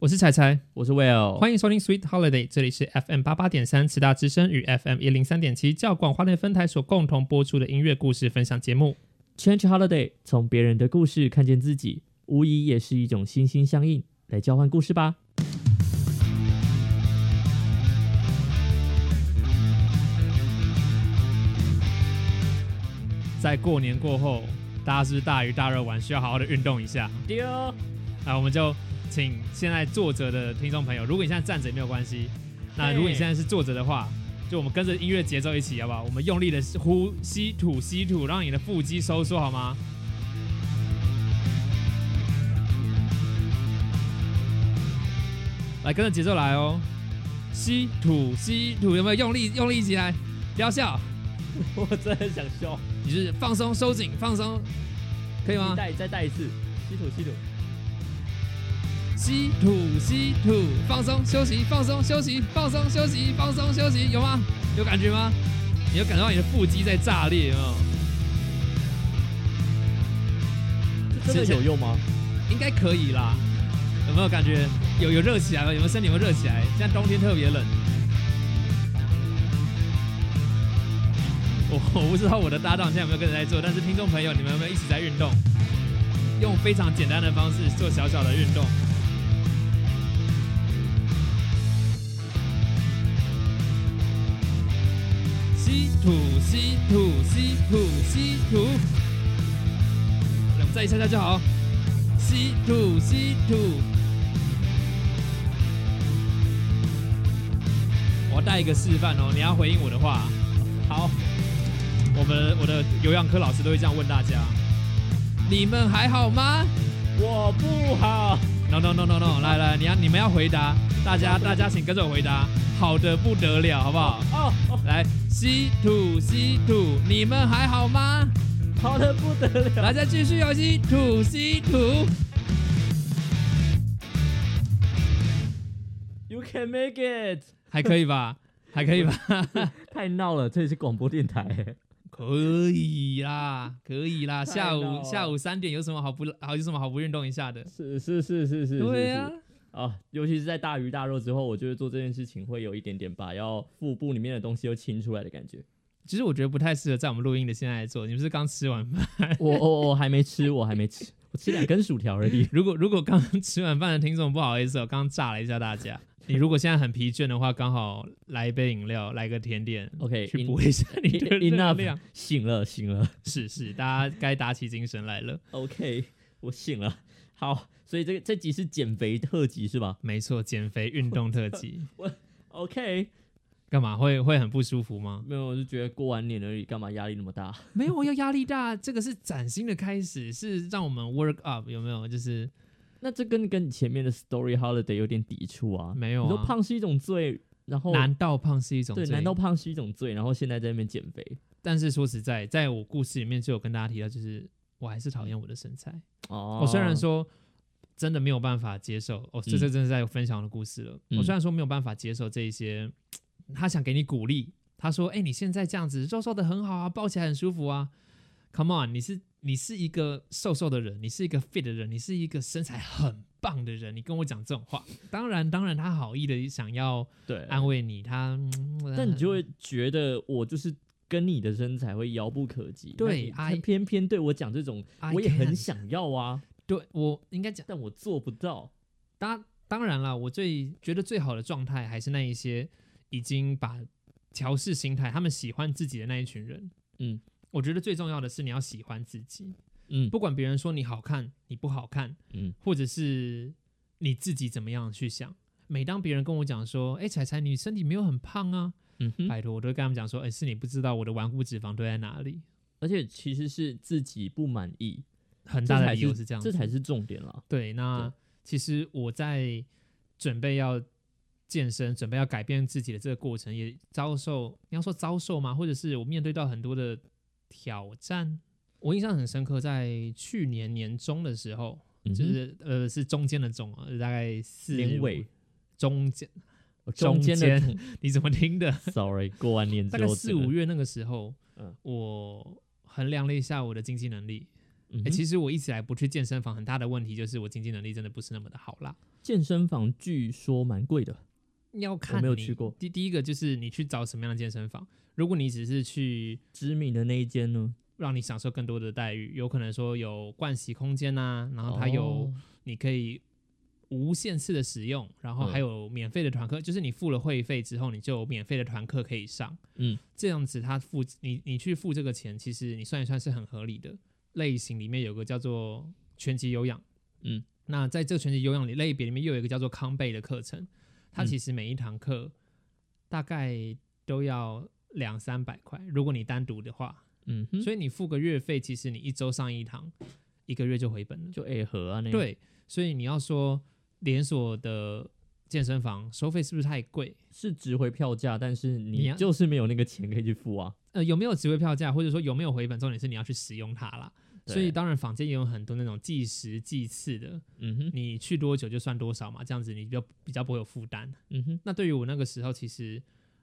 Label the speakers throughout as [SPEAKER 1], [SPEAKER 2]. [SPEAKER 1] 我是彩彩，
[SPEAKER 2] 我是 Will，
[SPEAKER 1] 欢迎收听 Sweet Holiday，这里是 FM 八八点三慈大之声与 FM 一零三点七教广花莲分台所共同播出的音乐故事分享节目。
[SPEAKER 2] Change Holiday，从别人的故事看见自己，无疑也是一种心心相印。来交换故事吧。
[SPEAKER 1] 在过年过后，大家是不是大鱼大肉完，需要好好的运动一下。
[SPEAKER 2] 丢，
[SPEAKER 1] 啊，我们就请现在坐着的听众朋友，如果你现在站着也没有关系，那如果你现在是坐着的话，就我们跟着音乐节奏一起，好不好？我们用力的呼吸吐吸吐，让你的腹肌收缩，好吗？来，跟着节奏来哦，吸吐吸吐，有没有用力用力起来？不要笑，
[SPEAKER 2] 我真的想笑。
[SPEAKER 1] 你就是放松收紧放松，可以吗？
[SPEAKER 2] 带再带一次，吸吐吸吐。
[SPEAKER 1] 吸吐吸吐，放松休息，放松休息，放松休息，放松休息，有吗？有感觉吗？你有感觉到你的腹肌在炸裂哦，
[SPEAKER 2] 这真的有用吗？
[SPEAKER 1] 应该可以啦。有没有感觉有有热起来吗？有没有身体有没有热起来？现在冬天特别冷。我我不知道我的搭档现在有没有跟着在做，但是听众朋友，你们有没有一起在运动？用非常简单的方式做小小的运动。吸吐吸吐吸吐吸吐，我们再一下下就好。吸吐吸吐，我要带一个示范哦，你要回应我的话。好，我们我的有氧课老师都会这样问大家：你们还好吗
[SPEAKER 2] 我不好，
[SPEAKER 1] ？No No No No No，来来，你要你们要回答，大家大家请跟着我回答，好的不得了，好不好？
[SPEAKER 2] 哦，哦
[SPEAKER 1] 来，吸吐吸吐，你们还好吗？
[SPEAKER 2] 好的不得了。
[SPEAKER 1] 来，再继续哦，吸吐吸吐。
[SPEAKER 2] You can make it。
[SPEAKER 1] 还可以吧，还可以吧，
[SPEAKER 2] 太闹了，这里是广播电台。
[SPEAKER 1] 可以 啦，可以啦。
[SPEAKER 2] 太
[SPEAKER 1] 下
[SPEAKER 2] 闹
[SPEAKER 1] 午
[SPEAKER 2] 了
[SPEAKER 1] 下午三点有什么好不好有什么好不运动一下的？
[SPEAKER 2] 是是是是是
[SPEAKER 1] 对啊，
[SPEAKER 2] 啊，尤其是在大鱼大肉之后，我觉得做这件事情会有一点点把要腹部里面的东西又清出来的感觉。
[SPEAKER 1] 其实我觉得不太适合在我们录音的现在来做。你不是刚吃完饭？
[SPEAKER 2] 我我我还没吃，我还没吃，我吃两根薯条而已。
[SPEAKER 1] 如果如果刚吃完饭的听众不好意思、哦，刚刚炸了一下大家。 你如果现在很疲倦的话，刚好来一杯饮料，来个甜点。
[SPEAKER 2] OK，
[SPEAKER 1] 去
[SPEAKER 2] en-
[SPEAKER 1] 补一下你的热
[SPEAKER 2] en- enough，
[SPEAKER 1] 量，
[SPEAKER 2] 醒了醒了
[SPEAKER 1] 是是，大家该打起精神来了。
[SPEAKER 2] ，OK，我醒了。好，所以这个这集是减肥特辑是吧
[SPEAKER 1] 没错，减肥运动特辑，
[SPEAKER 2] ？OK，
[SPEAKER 1] 干嘛会会很不舒服吗？
[SPEAKER 2] 没有，我就觉得过完年而已，干嘛压力那么大？
[SPEAKER 1] 没有要压力大，这个是崭新的开始，是让我们 work up，有没有？就是
[SPEAKER 2] 那这跟跟你前面的 Story Holiday 有点抵触啊。
[SPEAKER 1] 没有
[SPEAKER 2] 你说
[SPEAKER 1] 啊。
[SPEAKER 2] 胖是一种罪，然后
[SPEAKER 1] 难道胖是一种
[SPEAKER 2] 对，
[SPEAKER 1] 罪
[SPEAKER 2] 难道？胖是一种罪？然后现在在那边减肥，
[SPEAKER 1] 但是说实在，在我故事里面就有跟大家提到，就是我还是讨厌我的身材。
[SPEAKER 2] 哦，
[SPEAKER 1] 我虽然说真的没有办法接受，哦，这
[SPEAKER 2] 嗯
[SPEAKER 1] 这真的在分享我的故事了。
[SPEAKER 2] 嗯
[SPEAKER 1] 我虽然说没有办法接受这一些，他想给你鼓励，他说：“哎、你现在这样子瘦瘦的很好啊，抱起来很舒服啊。” Come on，你是你是一个瘦瘦的人，你是一个 fit 的人，你是一个身材很棒的人，你跟我讲这种话，当然当然，他好意的想要
[SPEAKER 2] 对，
[SPEAKER 1] 安慰你，他，嗯
[SPEAKER 2] 但你就会觉得我就是跟你的身材会遥不可及。那
[SPEAKER 1] 对
[SPEAKER 2] 你
[SPEAKER 1] ，I-
[SPEAKER 2] 偏偏偏对我讲这种，
[SPEAKER 1] I
[SPEAKER 2] 我也很
[SPEAKER 1] can
[SPEAKER 2] 想要啊，
[SPEAKER 1] 对我应该讲。
[SPEAKER 2] 但我做不到。
[SPEAKER 1] 当当然啦，我最觉得最好的状态还是那一些已经把调试心态，他们喜欢自己的那一群人。
[SPEAKER 2] 嗯，
[SPEAKER 1] 我觉得最重要的是你要喜欢自己，
[SPEAKER 2] 嗯，
[SPEAKER 1] 不管别人说你好看，你不好看，
[SPEAKER 2] 嗯，
[SPEAKER 1] 或者是你自己怎么样去想。每当别人跟我讲说：“哎、彩彩，你身体没有很胖啊。
[SPEAKER 2] 嗯哼，
[SPEAKER 1] 拜托，我都会跟他们讲说：“哎、是你不知道我的顽固脂肪堆在哪里。
[SPEAKER 2] 而且其实是自己不满意，”
[SPEAKER 1] 很
[SPEAKER 2] 这
[SPEAKER 1] 大的
[SPEAKER 2] 才
[SPEAKER 1] 理由是这样子
[SPEAKER 2] 这才是重点啦。
[SPEAKER 1] 对，那其实我在准备要健身、准备要改变自己的这个过程，也遭受你要说遭受吗？或者是我面对到很多的挑战。我印象很深刻，在去年年中的时候，
[SPEAKER 2] 嗯哼
[SPEAKER 1] 就是呃是中间的中啊，大概四
[SPEAKER 2] 年尾
[SPEAKER 1] 中间，
[SPEAKER 2] 哦中间的
[SPEAKER 1] 中 你怎么听的？
[SPEAKER 2] ，sorry，过完年之
[SPEAKER 1] 大
[SPEAKER 2] 后
[SPEAKER 1] 概四
[SPEAKER 2] 整个
[SPEAKER 1] 五月那个时候，
[SPEAKER 2] 嗯
[SPEAKER 1] 我衡量了一下我的经济能力，
[SPEAKER 2] 嗯
[SPEAKER 1] 哎、
[SPEAKER 2] 哼
[SPEAKER 1] 其实我一直以来不去健身房，很大的问题就是我经济能力真的不是那么的好啦。
[SPEAKER 2] 健身房据说蛮贵的，
[SPEAKER 1] 要看
[SPEAKER 2] 没有
[SPEAKER 1] 你
[SPEAKER 2] 去过
[SPEAKER 1] 第第一个就是你去找什么样的健身房，如果你只是去
[SPEAKER 2] 知名的那一间呢，
[SPEAKER 1] 让你享受更多的待遇，有可能说有盥洗空间呐、然后它有
[SPEAKER 2] 哦
[SPEAKER 1] 你可以无限次的使用，然后
[SPEAKER 2] 嗯
[SPEAKER 1] 还有免费的团课，就是你付了会费之后，你就有免费的团课可以上。
[SPEAKER 2] 嗯，
[SPEAKER 1] 这样子他付你你去付这个钱，其实你算一算是很合理的。类型里面有个叫做拳击有氧，
[SPEAKER 2] 嗯，
[SPEAKER 1] 那在这个拳击有氧里类别里面又有一个叫做康贝的课程，它
[SPEAKER 2] 嗯
[SPEAKER 1] 其实每一堂课大概都要两三百块，如果你单独的话，
[SPEAKER 2] 嗯哼，
[SPEAKER 1] 所以你付个月费，其实你一周上一堂，一个月就回本了。
[SPEAKER 2] 就 A 盒啊那，
[SPEAKER 1] 对，所以你要说连锁的健身房收费是不是太贵？
[SPEAKER 2] 是值回票价，但是
[SPEAKER 1] 你
[SPEAKER 2] 你
[SPEAKER 1] 要
[SPEAKER 2] 就是没有那个钱可以去付啊。
[SPEAKER 1] 呃，有没有值回票价，或者说有没有回本，重点是你要去使用它啦。所以
[SPEAKER 2] 对
[SPEAKER 1] 当然坊间也有很多那种计时计次的，
[SPEAKER 2] 嗯哼，
[SPEAKER 1] 你去多久就算多少嘛，这样子你就比较不会有负担。
[SPEAKER 2] 嗯哼，
[SPEAKER 1] 那对于我那个时候，其实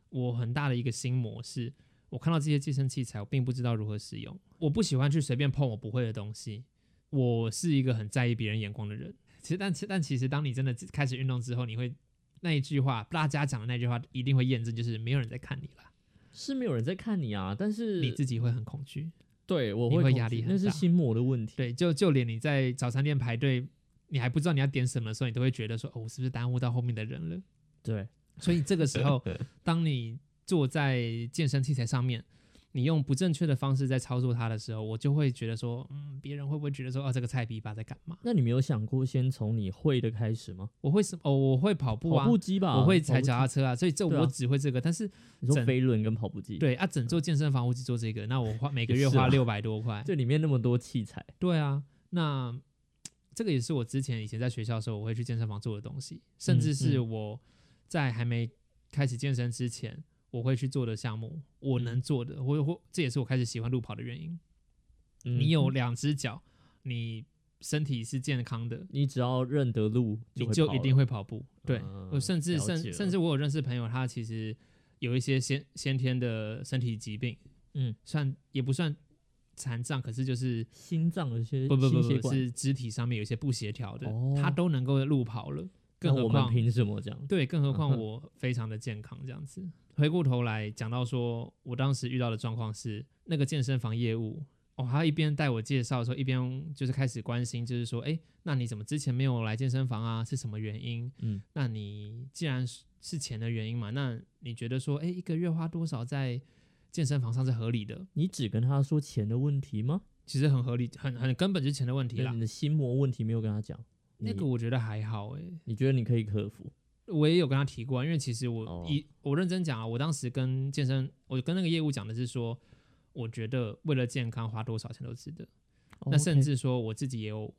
[SPEAKER 1] 我很大的一个心魔是，我看到这些健身器材，我并不知道如何使用。我不喜欢去随便碰我不会的东西。我是一个很在意别人眼光的人。其实，但其但其实，当你真的开始运动之后，你会那一句话，大家讲的那句话，一定会验证，就是没有人在看你了，
[SPEAKER 2] 是没有人在看你啊，但是
[SPEAKER 1] 你自己会很恐惧。
[SPEAKER 2] 对我
[SPEAKER 1] 你
[SPEAKER 2] 会
[SPEAKER 1] 会
[SPEAKER 2] 恐
[SPEAKER 1] 压
[SPEAKER 2] 惧
[SPEAKER 1] 力很
[SPEAKER 2] 那是
[SPEAKER 1] 大
[SPEAKER 2] 心魔的问题。
[SPEAKER 1] 对，就就连你在早餐店排队，你还不知道你要点什么的时候，你都会觉得说，哦，我是不是耽误到后面的人了？
[SPEAKER 2] 对，
[SPEAKER 1] 所以这个时候，当你坐在健身器材上面，你用不正确的方式在操作它的时候，我就会觉得说，嗯，别人会不会觉得说，哦，这个菜逼吧在干嘛？
[SPEAKER 2] 那你没有想过先从你会的开始吗？
[SPEAKER 1] 我会什哦，我会跑步啊，
[SPEAKER 2] 跑步机吧，
[SPEAKER 1] 我会
[SPEAKER 2] 跑步
[SPEAKER 1] 踩
[SPEAKER 2] 机
[SPEAKER 1] 脚踏车啊，所以这
[SPEAKER 2] 对啊
[SPEAKER 1] 我只会这个，但是
[SPEAKER 2] 你说
[SPEAKER 1] 整
[SPEAKER 2] 飞轮跟跑步机，，
[SPEAKER 1] 对啊，整座健身房我只做这个，那我花每个
[SPEAKER 2] 也
[SPEAKER 1] 月
[SPEAKER 2] 是啊
[SPEAKER 1] 花六百多块，
[SPEAKER 2] 这里面那么多器材，
[SPEAKER 1] 对啊，那这个也是我之前以前在学校的时候，我会去健身房做的东西，
[SPEAKER 2] 嗯
[SPEAKER 1] 甚至是我在还没开始健身之前，我会去做的项目，我能做的，或或这也是我开始喜欢路跑的原因。
[SPEAKER 2] 嗯
[SPEAKER 1] 你有两只脚，你身体是健康的，
[SPEAKER 2] 你只要认得路
[SPEAKER 1] 你
[SPEAKER 2] 会
[SPEAKER 1] 就
[SPEAKER 2] 跑
[SPEAKER 1] 一
[SPEAKER 2] 了
[SPEAKER 1] 定会跑步。对，
[SPEAKER 2] 嗯
[SPEAKER 1] 我甚至
[SPEAKER 2] 了解
[SPEAKER 1] 甚
[SPEAKER 2] 了
[SPEAKER 1] 甚至我有认识朋友，他其实有一些先先天的身体疾病，
[SPEAKER 2] 嗯，
[SPEAKER 1] 算也不算残障，可是就是
[SPEAKER 2] 心脏有些
[SPEAKER 1] 不不不
[SPEAKER 2] 心血
[SPEAKER 1] 不，
[SPEAKER 2] 管
[SPEAKER 1] 是肢体上面有一些不协调的，
[SPEAKER 2] 哦
[SPEAKER 1] 他都能够路跑了，
[SPEAKER 2] 那
[SPEAKER 1] 更何
[SPEAKER 2] 我们
[SPEAKER 1] 况
[SPEAKER 2] 凭什么这样？
[SPEAKER 1] 对，更何
[SPEAKER 2] 嗯
[SPEAKER 1] 况
[SPEAKER 2] 哼
[SPEAKER 1] 我非常的健康这样子。回过头来讲到说，我当时遇到的状况是，那个健身房业务哦，他一边带我介绍的时候，一边就是开始关心，就是说，哎，那你怎么之前没有来健身房啊？是什么原因？
[SPEAKER 2] 嗯，
[SPEAKER 1] 那你既然是是钱的原因嘛，那你觉得说，哎，一个月花多少在健身房上是合理的？
[SPEAKER 2] 你只跟他说钱的问题吗？
[SPEAKER 1] 其实很合理，很很根本就是钱的问题
[SPEAKER 2] 那
[SPEAKER 1] 啦
[SPEAKER 2] 你。的心魔问题没有跟他讲，
[SPEAKER 1] 那
[SPEAKER 2] 嗯你
[SPEAKER 1] 个我觉得还好诶、
[SPEAKER 2] 你觉得你可以克服？
[SPEAKER 1] 我也有跟他提过啊，因为其实
[SPEAKER 2] 哦
[SPEAKER 1] 我一、我认真讲啊，我当时跟健身，我跟那个业务讲的是说，我觉得为了健康花多少钱都值得。那甚
[SPEAKER 2] 哦 OK
[SPEAKER 1] 至说我自己也有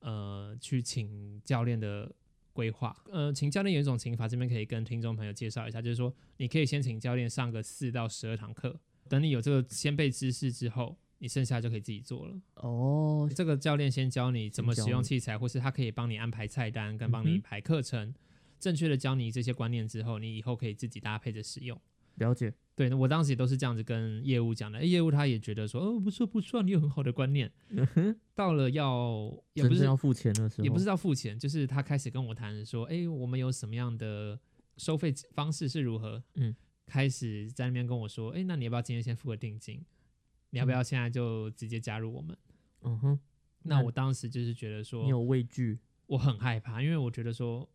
[SPEAKER 1] 呃去请教练的规划，呃，请教练有一种请法，这边可以跟听众朋友介绍一下，就是说你可以先请教练上个四到十二堂课，等你有这个先备知识之后，你剩下就可以自己做了。
[SPEAKER 2] 哦，
[SPEAKER 1] 这个教练先教你怎么
[SPEAKER 2] 先
[SPEAKER 1] 使
[SPEAKER 2] 教
[SPEAKER 1] 用
[SPEAKER 2] 你
[SPEAKER 1] 器材，或是他可以帮你安排菜单，跟帮
[SPEAKER 2] 嗯
[SPEAKER 1] 你
[SPEAKER 2] 哼
[SPEAKER 1] 排课程，正确的教你这些观念之后，你以后可以自己搭配着使用。
[SPEAKER 2] 了解，
[SPEAKER 1] 对，那我当时也都是这样子跟业务讲的，诶业务他也觉得说，哦，不错不错，你有很好的观念。到了要也不
[SPEAKER 2] 嗯真
[SPEAKER 1] 是
[SPEAKER 2] 正要付钱的时候，
[SPEAKER 1] 也不是要付钱，就是他开始跟我谈说，哎，我们有什么样的收费方式是如何？
[SPEAKER 2] 嗯，
[SPEAKER 1] 开始在那边跟我说，哎，那你要不要今天先付个定金？你要不
[SPEAKER 2] 嗯
[SPEAKER 1] 要现在就直接加入我们？
[SPEAKER 2] 嗯哼，
[SPEAKER 1] 那
[SPEAKER 2] 那
[SPEAKER 1] 我当时就是觉得说
[SPEAKER 2] 你，有畏惧，
[SPEAKER 1] 我很害怕，因为我觉得说，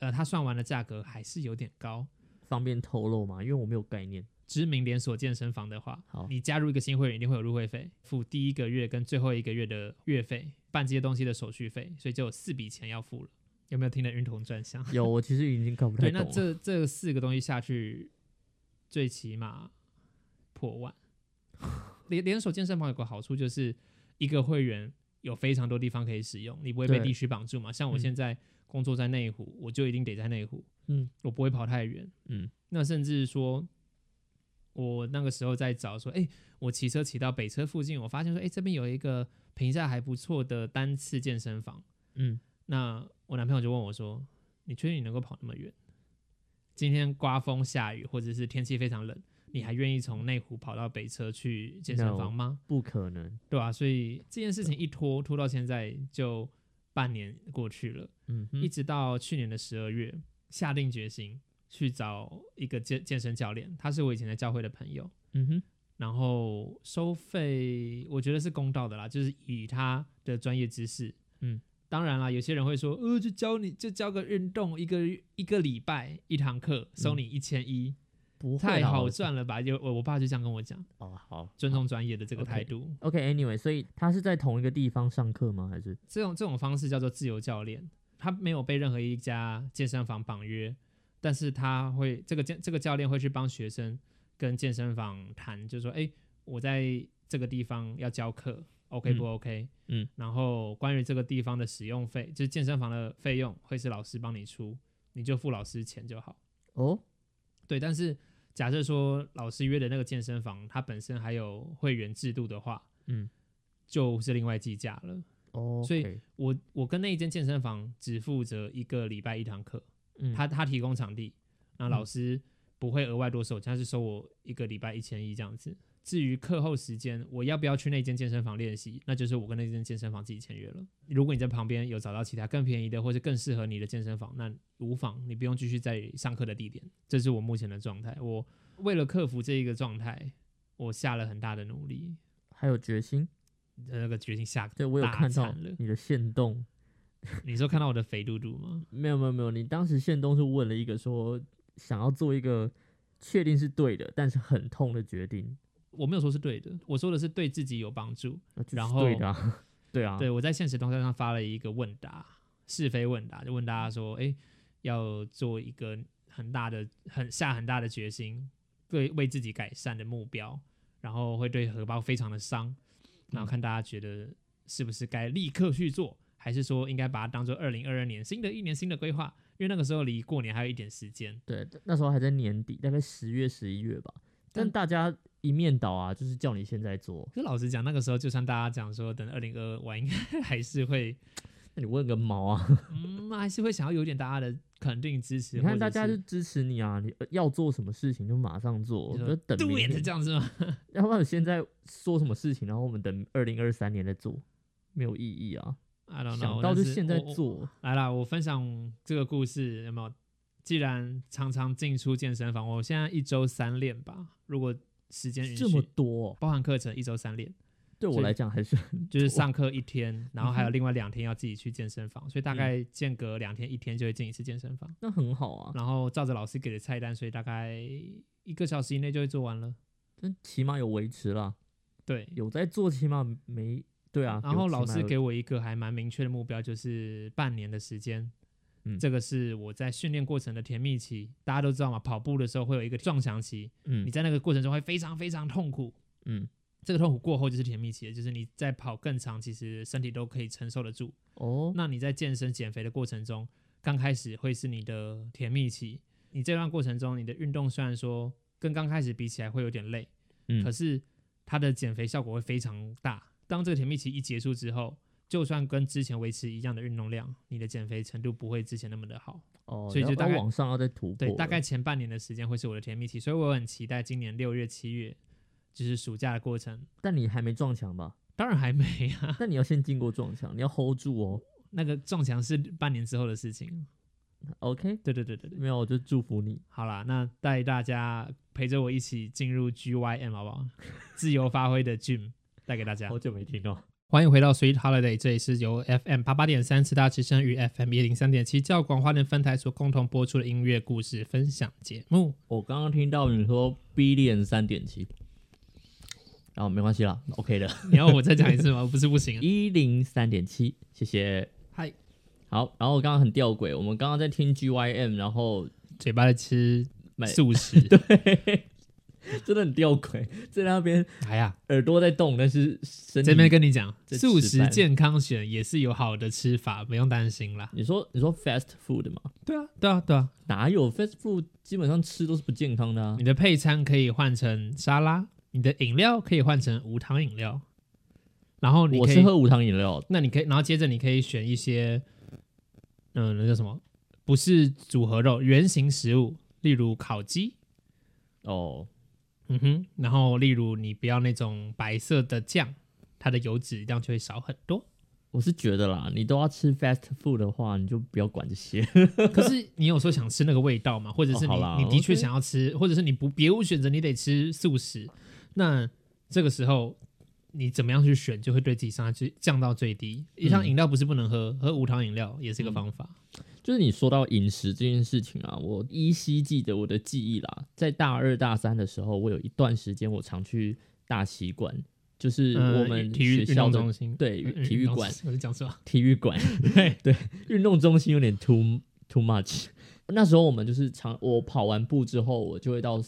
[SPEAKER 1] 呃，他算完的价格还是有点高。
[SPEAKER 2] 方便透露吗？因为我没有概念。
[SPEAKER 1] 知名连锁健身房的话，
[SPEAKER 2] 好
[SPEAKER 1] 你加入一个新会员一定会有入会费，付第一个月跟最后一个月的月费，办这些东西的手续费，所以就有四笔钱要付了。有没有听得晕头转向？
[SPEAKER 2] 有，我其实已经搞不太
[SPEAKER 1] 对，那
[SPEAKER 2] 懂了。
[SPEAKER 1] 这这四个东西下去，最起码破万。连连锁健身房有个好处就是，一个会员有非常多地方可以使用，你不会被
[SPEAKER 2] 对
[SPEAKER 1] 地区绑住嘛。像我
[SPEAKER 2] 嗯
[SPEAKER 1] 现在工作在内湖，我就一定得在内湖，
[SPEAKER 2] 嗯，
[SPEAKER 1] 我不会跑太远，
[SPEAKER 2] 嗯。
[SPEAKER 1] 那甚至说，我那个时候在找说，哎、我骑车骑到北车附近，我发现说，哎、这边有一个评价还不错的单次健身房，
[SPEAKER 2] 嗯，
[SPEAKER 1] 那我男朋友就问我说：“你确定你能够跑那么远？今天刮风下雨，或者是天气非常冷，你还愿意从内湖跑到北车去健身
[SPEAKER 2] No
[SPEAKER 1] 房吗
[SPEAKER 2] 不可能，
[SPEAKER 1] 对吧、所以这件事情一拖拖到现在就半年过去了，
[SPEAKER 2] 嗯
[SPEAKER 1] 一
[SPEAKER 2] 哼，
[SPEAKER 1] 直到去年的十二月下定决心去找一个健健身教练，他是我以前在教会的朋友，
[SPEAKER 2] 嗯哼，
[SPEAKER 1] 然后收费我觉得是公道的啦，就是以他的专业知识，
[SPEAKER 2] 嗯，
[SPEAKER 1] 当然啦，有些人会说，呃，就教你就教个运动，一个一个礼拜一堂课收你一千一，
[SPEAKER 2] 嗯不会啦
[SPEAKER 1] 太好
[SPEAKER 2] 我
[SPEAKER 1] 赚了吧？就我我爸就这样跟我讲，
[SPEAKER 2] 哦，好，
[SPEAKER 1] 尊重专业的这个
[SPEAKER 2] OK
[SPEAKER 1] 态度，
[SPEAKER 2] OK，Anyway，、所以他是在同一个地方上课吗？还是
[SPEAKER 1] 这种这种方式叫做自由教练，他没有被任何一家健身房绑约，但是他会这个健这个教练会去帮学生跟健身房谈，就是说，哎，我在这个地方要教课，OK
[SPEAKER 2] 嗯
[SPEAKER 1] 不 OK？
[SPEAKER 2] 嗯
[SPEAKER 1] 然后关于这个地方的使用费，就是健身房的费用会是老师帮你出，你就付老师钱就好。
[SPEAKER 2] 哦，
[SPEAKER 1] 对，但是假设说老师约的那个健身房，它本身还有会员制度的话，
[SPEAKER 2] 嗯，
[SPEAKER 1] 就是另外计价了。
[SPEAKER 2] 哦，
[SPEAKER 1] 所以我我跟那一间健身房只负责一个礼拜一堂课，
[SPEAKER 2] 嗯，
[SPEAKER 1] 他他提供场地，那
[SPEAKER 2] 嗯
[SPEAKER 1] 老师不会额外多收钱，他是收我一个礼拜一千一这样子。至于课后时间，我要不要去那间健身房练习，那就是我跟那间健身房自己签约了。如果你在旁边有找到其他更便宜的，或是更适合你的健身房，那无妨，你不用继续在上课的地点。这是我目前的状态。我为了克服这一个状态，我下了很大的努力，
[SPEAKER 2] 还有决心，
[SPEAKER 1] 呃那个决定下。
[SPEAKER 2] 对我有
[SPEAKER 1] 大
[SPEAKER 2] 看到
[SPEAKER 1] 惨了
[SPEAKER 2] 你的线动，
[SPEAKER 1] 你说看到我的肥嘟嘟吗？
[SPEAKER 2] 没有没有没有，你当时线动是问了一个说想要做一个确定是对的，但是很痛的决定，
[SPEAKER 1] 我没有说是对的，我说的是对自己有帮助。
[SPEAKER 2] 那就是
[SPEAKER 1] 然后
[SPEAKER 2] 对的啊 对啊，
[SPEAKER 1] 对我在现实动态上发了一个问答，是非问答，就问大家说，哎，要做一个很大的、很下很大的决心，对为自己改善的目标，然后会对荷包非常的伤，然后看大家觉得是不是该立刻去做，还是说应该把它当做二零二二年新的一年新的规划，因为那个时候离过年还有一点时间。
[SPEAKER 2] 对，那时候还在年底，大概十月十一月吧，但
[SPEAKER 1] 但
[SPEAKER 2] 大家一面倒啊，就是叫你现在做，
[SPEAKER 1] 可是老实讲，那个时候就像大家讲说，等二零二二完，应该还是会
[SPEAKER 2] 那你问个毛啊！
[SPEAKER 1] 嗯，还是会想要有点大家的肯定支持。
[SPEAKER 2] 你
[SPEAKER 1] 或
[SPEAKER 2] 看
[SPEAKER 1] 者
[SPEAKER 2] 大家就是支持你啊，你呃要做什么事情就马上做，
[SPEAKER 1] 你
[SPEAKER 2] 不
[SPEAKER 1] 说
[SPEAKER 2] 要等明
[SPEAKER 1] do it
[SPEAKER 2] 天
[SPEAKER 1] 这。样子吗？
[SPEAKER 2] 要不然你现在说什么事情，然后我们等二零二三年再做，没有意义啊！
[SPEAKER 1] I don't know。
[SPEAKER 2] 想到
[SPEAKER 1] 但
[SPEAKER 2] 就是现在
[SPEAKER 1] 我我
[SPEAKER 2] 做，
[SPEAKER 1] 来啦，我分享这个故事，有没有？既然常常进出健身房，我现在一周三练吧，如果时间允
[SPEAKER 2] 这么
[SPEAKER 1] 许，
[SPEAKER 2] 多哦、
[SPEAKER 1] 包含课程一周三练，
[SPEAKER 2] 对我
[SPEAKER 1] 所以
[SPEAKER 2] 来讲还是
[SPEAKER 1] 就是
[SPEAKER 2] 多
[SPEAKER 1] 上课一天，然后
[SPEAKER 2] 嗯
[SPEAKER 1] 还有另外两天要自己去健身房，所以大概间隔两天一天就会进一次健身房，
[SPEAKER 2] 那很好啊，
[SPEAKER 1] 然后照着老师给的菜单，所以大概一个小时以内就会做完了。
[SPEAKER 2] 但起码有维持啦，
[SPEAKER 1] 对，
[SPEAKER 2] 有在做，起码没对啊。
[SPEAKER 1] 然
[SPEAKER 2] 有
[SPEAKER 1] 后
[SPEAKER 2] 起
[SPEAKER 1] 老
[SPEAKER 2] 码
[SPEAKER 1] 师
[SPEAKER 2] 有
[SPEAKER 1] 给我一个还蛮明确的目标，就是半年的时间。
[SPEAKER 2] 嗯
[SPEAKER 1] 这个是我在训练过程的甜蜜期。大家都知道嘛，跑步的时候会有一个撞墙期，
[SPEAKER 2] 嗯
[SPEAKER 1] 你在那个过程中会非常非常痛苦。
[SPEAKER 2] 嗯
[SPEAKER 1] 这个痛苦过后就是甜蜜期了，就是你在跑更长，其实身体都可以承受得住。
[SPEAKER 2] 哦
[SPEAKER 1] 那你在健身减肥的过程中，刚开始会是你的甜蜜期。你这段过程中，你的运动虽然说跟刚开始比起来会有点累，
[SPEAKER 2] 嗯
[SPEAKER 1] 可是它的减肥效果会非常大。当这个甜蜜期一结束之后，就算跟之前维持一样的运动量，你的减肥程度不会之前那么的好。
[SPEAKER 2] 哦，
[SPEAKER 1] 所以
[SPEAKER 2] 要
[SPEAKER 1] 就大
[SPEAKER 2] 要
[SPEAKER 1] 概
[SPEAKER 2] 往上要再突破了，
[SPEAKER 1] 对，大概前半年的时间会是我的甜蜜期，所以我很期待今年六月、七月，就是暑假的过程。
[SPEAKER 2] 但你还没撞墙吧？
[SPEAKER 1] 当然还没啊，
[SPEAKER 2] 但你要先经过撞墙，你要 hold 住哦。
[SPEAKER 1] 那个撞墙是半年之后的事情。
[SPEAKER 2] OK，
[SPEAKER 1] 对对对对对，
[SPEAKER 2] 没有，我就祝福你。
[SPEAKER 1] 好啦，那带大家陪着我一起进入 GYM 好不好？自由发挥的 Gym 带给大家。
[SPEAKER 2] 久没听到，
[SPEAKER 1] 欢迎回到 Sweet Holiday，这里是由 FM 八八点三十大之声与 FM 一零三点七教广花莲分台所共同播出的音乐故事分享节目。
[SPEAKER 2] 我刚刚听到你说 billion 三点七，然后没关系啦，OK 的，
[SPEAKER 1] 你要我再讲一次吗？不是不行啊。
[SPEAKER 2] 一零三点七，谢谢。
[SPEAKER 1] 嗨，
[SPEAKER 2] 好，然后刚刚很吊诡，我们刚刚在听 GYM，然后
[SPEAKER 1] 嘴巴在吃
[SPEAKER 2] 没
[SPEAKER 1] 素 食。
[SPEAKER 2] 真的很吊诡，在那边
[SPEAKER 1] 哎呀，
[SPEAKER 2] 耳朵在动，但是身体
[SPEAKER 1] 这边跟你讲，
[SPEAKER 2] 在吃
[SPEAKER 1] 素
[SPEAKER 2] 饭
[SPEAKER 1] 食健康选也是有好的吃法，不用担心啦。
[SPEAKER 2] 你说你说 fast food 嘛，
[SPEAKER 1] 对啊，对啊，对啊。
[SPEAKER 2] 哪有 fast food 基本上吃都是不健康的啊
[SPEAKER 1] 你。的配餐可以换成沙拉，你的饮料可以换成无糖饮料，然后你
[SPEAKER 2] 我
[SPEAKER 1] 可以
[SPEAKER 2] 是喝无糖饮料的，
[SPEAKER 1] 那你可以，然后接着你可以选一些，嗯，那叫什么？不是组合肉，圆形食物，例如烤鸡，
[SPEAKER 2] 哦，
[SPEAKER 1] 嗯哼，然后例如你不要那种白色的酱，它的油脂量就会少很 多。
[SPEAKER 2] 我是觉得啦，你都要吃 fast food 的话，你就不要管这些。
[SPEAKER 1] 可是你有时候想吃那个味道嘛，或者是
[SPEAKER 2] 哦
[SPEAKER 1] 你、
[SPEAKER 2] 好啦
[SPEAKER 1] 你的确
[SPEAKER 2] OK
[SPEAKER 1] 想要吃，或者是你不别无选择，你得吃素食。那这个时候你怎么样去选，就会对自己伤害最降到最低。像
[SPEAKER 2] 嗯
[SPEAKER 1] 饮料不是不能喝，喝无糖饮料也是一个方法。
[SPEAKER 2] 就是你说到饮食这件事情啊，我依稀记得我的记忆啦，在大二大三的时候，我有一段时间我常去大习馆，就是
[SPEAKER 1] 呃
[SPEAKER 2] 我们
[SPEAKER 1] 体育
[SPEAKER 2] 学
[SPEAKER 1] 运
[SPEAKER 2] 校
[SPEAKER 1] 动
[SPEAKER 2] 的
[SPEAKER 1] 中心，
[SPEAKER 2] 对
[SPEAKER 1] 呃
[SPEAKER 2] 运体育馆，
[SPEAKER 1] 我是讲错了，
[SPEAKER 2] 体育馆， 对对，运动中心有点 too too much。那时候我们就是常我跑完步之后，我就会到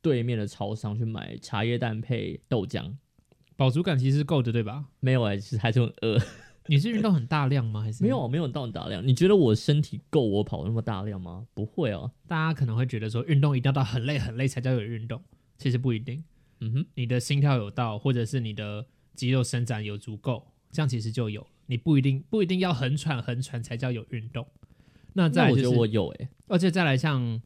[SPEAKER 2] 对面的超商去买茶叶蛋配豆浆。
[SPEAKER 1] 饱足感其实是够的，对吧？
[SPEAKER 2] 没有哎、其实还是很饿。
[SPEAKER 1] 你是运动很大量吗？还是
[SPEAKER 2] 没有，没有到你大量。你觉得我身体够我跑那么大量吗？不会哦、
[SPEAKER 1] 大家可能会觉得说，运动一定要到很累很累才叫有运动，其实不一定。
[SPEAKER 2] 嗯哼，
[SPEAKER 1] 你的心跳有到，或者是你的肌肉伸展有足够，这样其实就有了。你不一定不一定要很喘很喘才叫有运动。那再
[SPEAKER 2] 那
[SPEAKER 1] 来
[SPEAKER 2] 我
[SPEAKER 1] 就
[SPEAKER 2] 觉
[SPEAKER 1] 是，
[SPEAKER 2] 得我有哎、
[SPEAKER 1] 而且再来像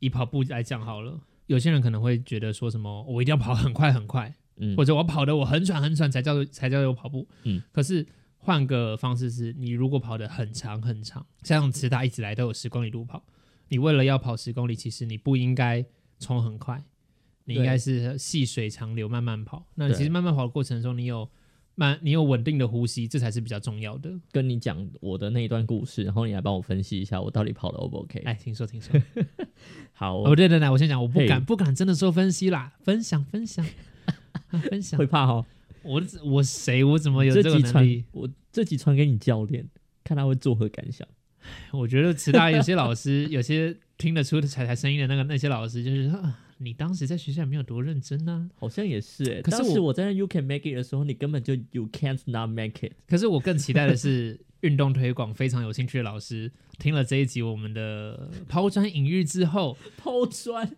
[SPEAKER 1] 以跑步来讲好了，有些人可能会觉得说什么我一定要跑很快很快，
[SPEAKER 2] 嗯
[SPEAKER 1] 或，者我跑的我很喘很喘才叫才叫有跑步。
[SPEAKER 2] 嗯，
[SPEAKER 1] 可是换个方式是，你如果跑得很长很长，像池达一直来都有十公里路跑，你为了要跑十公里，其实你不应该冲很快，你应该是细水长流慢慢跑。那
[SPEAKER 2] 对
[SPEAKER 1] 其实慢慢跑的过程中，你有慢，你有稳定的呼吸，这才是比较重要的。
[SPEAKER 2] 跟你讲我的那一段故事，然后你来帮我分析一下我到底跑的 O 不 OK？
[SPEAKER 1] 哎，听说听说，
[SPEAKER 2] 好，
[SPEAKER 1] 哦，
[SPEAKER 2] 我
[SPEAKER 1] 对对对，我先讲，我不
[SPEAKER 2] 嘿
[SPEAKER 1] 敢不敢真的说分析啦，分享分享、啊分享
[SPEAKER 2] 会，怕哦。
[SPEAKER 1] 我我谁我怎么有
[SPEAKER 2] 这
[SPEAKER 1] 这个
[SPEAKER 2] 集
[SPEAKER 1] 能力
[SPEAKER 2] 传？我这集传给你教练，看他会作何感想。
[SPEAKER 1] 我觉得慈大有些老师，有些听得出彩彩声音的那个那些老师，就是说啊，你当时在学校也没有多认真啊呐、
[SPEAKER 2] 好像也是哎、
[SPEAKER 1] 可是
[SPEAKER 2] 当
[SPEAKER 1] 我
[SPEAKER 2] 时我在那 You can make it 的时候，你根本就 You can't not make it。
[SPEAKER 1] 可是我更期待的是，运动推广非常有兴趣的老师听了这一集我们的抛砖引玉之后，
[SPEAKER 2] 抛砖，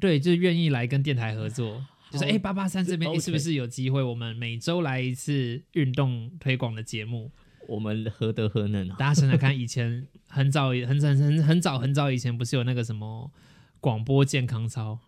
[SPEAKER 1] 对，就愿意来跟电台合作。就是
[SPEAKER 2] 好
[SPEAKER 1] 哎，八八三这边诶
[SPEAKER 2] OK
[SPEAKER 1] 是不是有机会？我们每周来一次运动推广的节目，
[SPEAKER 2] 我们何德何能啊？
[SPEAKER 1] 大家想想看，以前很早、很早、很很早、很早以前，不是有那个什么广播健康操？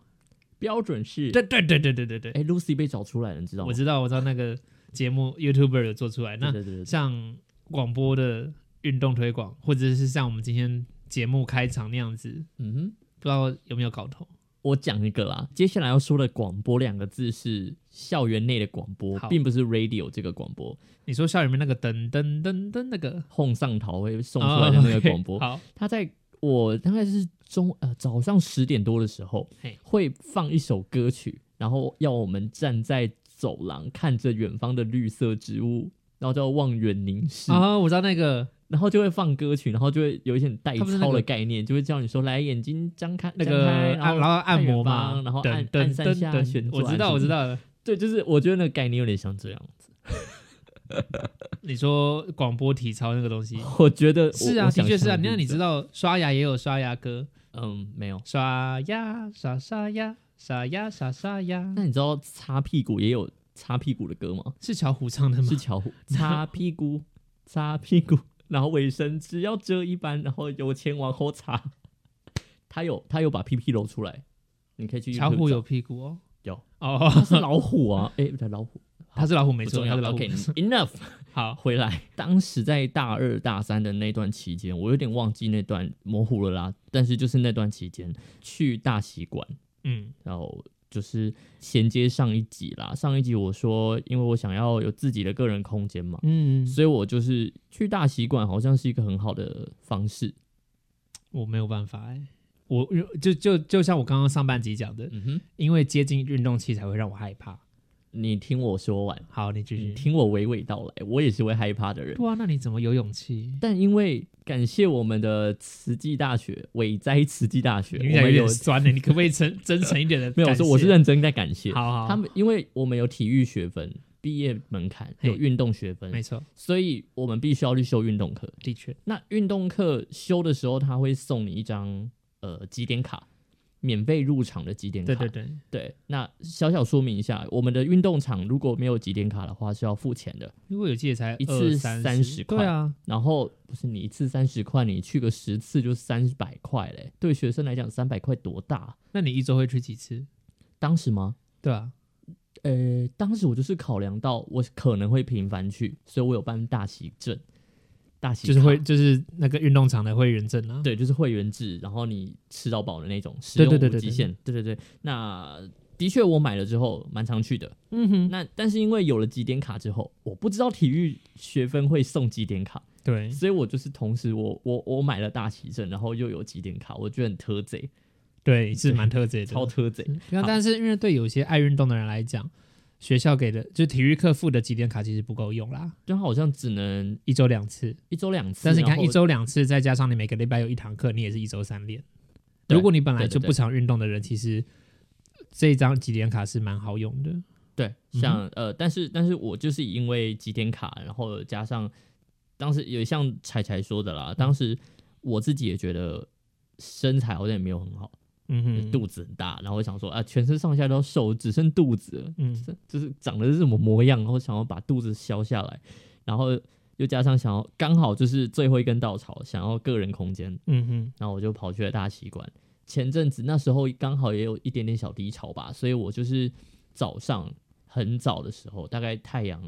[SPEAKER 2] 标准是，
[SPEAKER 1] 对对对对对对对，
[SPEAKER 2] 哎、l u c y 被找出来了，你知道吗？
[SPEAKER 1] 我知道，我知道那个节目 YouTuber 有做出来。那
[SPEAKER 2] 对对对对，
[SPEAKER 1] 像广播的运动推广，或者是像我们今天节目开场那样子，
[SPEAKER 2] 嗯哼。
[SPEAKER 1] 不知道有没有搞头？
[SPEAKER 2] 我讲一个啦，接下来要说的“广播”两个字是校园内的广播
[SPEAKER 1] 好，哦
[SPEAKER 2] 并不是 radio 这个广播。
[SPEAKER 1] 你说校园里面那个噔噔噔噔那个
[SPEAKER 2] 哄上头会送出来 的那个广播，
[SPEAKER 1] 哦，OK，
[SPEAKER 2] 它在我大概是中呃早上十点多的时候
[SPEAKER 1] 嘿，
[SPEAKER 2] 会放一首歌曲，然后要我们站在走廊看着远方的绿色植物，然后叫望远凝视，
[SPEAKER 1] 好啊、我知道那个
[SPEAKER 2] 然后就会放歌曲，然后就会有一些代
[SPEAKER 1] 它不是那
[SPEAKER 2] 操
[SPEAKER 1] 个
[SPEAKER 2] 的概念，就会叫你说来眼睛张开，
[SPEAKER 1] 那
[SPEAKER 2] 张
[SPEAKER 1] 个
[SPEAKER 2] 开
[SPEAKER 1] 按然后按摩嘛，
[SPEAKER 2] 看远方然后
[SPEAKER 1] 噔
[SPEAKER 2] 按
[SPEAKER 1] 噔
[SPEAKER 2] 按三
[SPEAKER 1] 噔
[SPEAKER 2] 下
[SPEAKER 1] 噔
[SPEAKER 2] 旋转
[SPEAKER 1] 我知道，我知道了。
[SPEAKER 2] 对，就是我觉得那个概念有点像这样。
[SPEAKER 1] 你说广播体操那个东西。
[SPEAKER 2] 我觉得我
[SPEAKER 1] 是啊，
[SPEAKER 2] 哦我
[SPEAKER 1] 的
[SPEAKER 2] 想
[SPEAKER 1] 确是啊。
[SPEAKER 2] 象
[SPEAKER 1] 那你
[SPEAKER 2] 这
[SPEAKER 1] 知
[SPEAKER 2] 样
[SPEAKER 1] 道刷牙也有刷牙歌，
[SPEAKER 2] 嗯没有？
[SPEAKER 1] 刷牙刷刷牙刷牙刷刷牙，
[SPEAKER 2] 那你知道擦屁股也有擦屁股的歌吗？
[SPEAKER 1] 是巧虎唱的吗
[SPEAKER 2] 是？巧 虎擦屁股，擦屁股， 然后卫生纸要遮一般，然后有钱往后擦。 他有他有把屁屁露出来，你可以去
[SPEAKER 1] 巧
[SPEAKER 2] YouTube
[SPEAKER 1] 虎
[SPEAKER 2] 找
[SPEAKER 1] 有屁股哦，
[SPEAKER 2] 有
[SPEAKER 1] 哦，
[SPEAKER 2] 他是老虎啊，哎、对老虎
[SPEAKER 1] 他是老虎没
[SPEAKER 2] 不
[SPEAKER 1] 错，
[SPEAKER 2] 重
[SPEAKER 1] 他
[SPEAKER 2] 要
[SPEAKER 1] 是老虎。
[SPEAKER 2] ，OK，enough，
[SPEAKER 1] 好，
[SPEAKER 2] 回来。当时在大二大三的那段期间，我有点忘记那段模糊了啦，但是就是那段期间去大习馆。
[SPEAKER 1] 嗯，
[SPEAKER 2] 然后就是衔接上一集啦。上一集我说，因为我想要有自己的个人空间嘛，
[SPEAKER 1] 嗯，
[SPEAKER 2] 所以我就是去大习馆，好像是一个很好的方式。
[SPEAKER 1] 我没有办法哎、我就就就像我刚刚上半集讲的，
[SPEAKER 2] 嗯哼，
[SPEAKER 1] 因为接近运动器材会让我害怕。
[SPEAKER 2] 你听我说完，
[SPEAKER 1] 好，你继
[SPEAKER 2] 你
[SPEAKER 1] 续。
[SPEAKER 2] 听我娓娓道来，我也是会害怕的人。
[SPEAKER 1] 对啊，那你怎么有勇气？
[SPEAKER 2] 但因为感谢我们的慈济大学，伟哉慈济大学，
[SPEAKER 1] 你
[SPEAKER 2] 我
[SPEAKER 1] 讲有
[SPEAKER 2] 们有
[SPEAKER 1] 点酸呢，你可不可以 真真诚一点的？
[SPEAKER 2] 没有说我是认真在感谢
[SPEAKER 1] 好好，
[SPEAKER 2] 他们，因为我们有体育学分，毕业门槛有
[SPEAKER 1] 嘿
[SPEAKER 2] 运动学分
[SPEAKER 1] 没，错，
[SPEAKER 2] 所以我们必须要去修运动课。
[SPEAKER 1] 的确，
[SPEAKER 2] 那运动课修的时候，他会送你一张呃几点卡，免费入场的几点卡。
[SPEAKER 1] 对对对，
[SPEAKER 2] 对那小小说明一下，我们的运动场如果没有几点卡的话是要付钱的。
[SPEAKER 1] 因为我记得才
[SPEAKER 2] 一次
[SPEAKER 1] 三
[SPEAKER 2] 30块
[SPEAKER 1] 对啊，
[SPEAKER 2] 然后不是你一次三十块，你去个十次就三百块嘞。对学生来讲，三百块多大？
[SPEAKER 1] 那你一周会去几次？
[SPEAKER 2] 当时吗？
[SPEAKER 1] 对啊，
[SPEAKER 2] 呃，当时我就是考量到我可能会频繁去，所以我有办大喜证，大喜
[SPEAKER 1] 就是
[SPEAKER 2] 卡
[SPEAKER 1] 会就是那个运动场的会员证啊，
[SPEAKER 2] 对，就是会员制，然后你吃到饱的那种，使
[SPEAKER 1] 对
[SPEAKER 2] 用
[SPEAKER 1] 对对
[SPEAKER 2] 无
[SPEAKER 1] 对
[SPEAKER 2] 极
[SPEAKER 1] 对
[SPEAKER 2] 限，对对对。那的确我买了之后蛮常去的，
[SPEAKER 1] 嗯哼，
[SPEAKER 2] 那但是因为有了几点卡之后，我不知道体育学分会送几点卡，
[SPEAKER 1] 对，
[SPEAKER 2] 所以我就是同时我我我买了大喜证，然后又有几点卡，我觉得很特贼，
[SPEAKER 1] 对，是蛮特别的，
[SPEAKER 2] 超特贼。
[SPEAKER 1] 嗯对啊
[SPEAKER 2] 好
[SPEAKER 1] 但是因为对有些爱运动的人来讲，学校给的就体育课付的几点卡其实不够用啦，
[SPEAKER 2] 就它好像只能
[SPEAKER 1] 一周两次。
[SPEAKER 2] 一周两次，
[SPEAKER 1] 但是你
[SPEAKER 2] 然
[SPEAKER 1] 看一
[SPEAKER 2] 后
[SPEAKER 1] 周两次，再加上你每个礼拜有一堂课，你也是一周三练。
[SPEAKER 2] 对
[SPEAKER 1] 如果你本来
[SPEAKER 2] 对对
[SPEAKER 1] 就
[SPEAKER 2] 对
[SPEAKER 1] 不常运动的人，其实这一张几点卡是蛮好用的。
[SPEAKER 2] 对，
[SPEAKER 1] 嗯哼
[SPEAKER 2] 像、呃，但是但是我就是因为几点卡，然后加上当时也像彩彩说的啦，
[SPEAKER 1] 嗯
[SPEAKER 2] 当时我自己也觉得身材好像也没有很好，
[SPEAKER 1] 嗯
[SPEAKER 2] 就
[SPEAKER 1] 哼，
[SPEAKER 2] 肚子很大，然后我想说啊，全身上下都瘦，只剩肚子了，
[SPEAKER 1] 嗯，
[SPEAKER 2] 这就是长得是什么模样，然后想要把肚子消下来，然后又加上想要刚好就是最后一根稻草，想要个人空间，
[SPEAKER 1] 嗯哼，
[SPEAKER 2] 然后我就跑去了大习馆。前阵子那时候刚好也有一点点小低潮吧，所以我就是早上很早的时候，大概太阳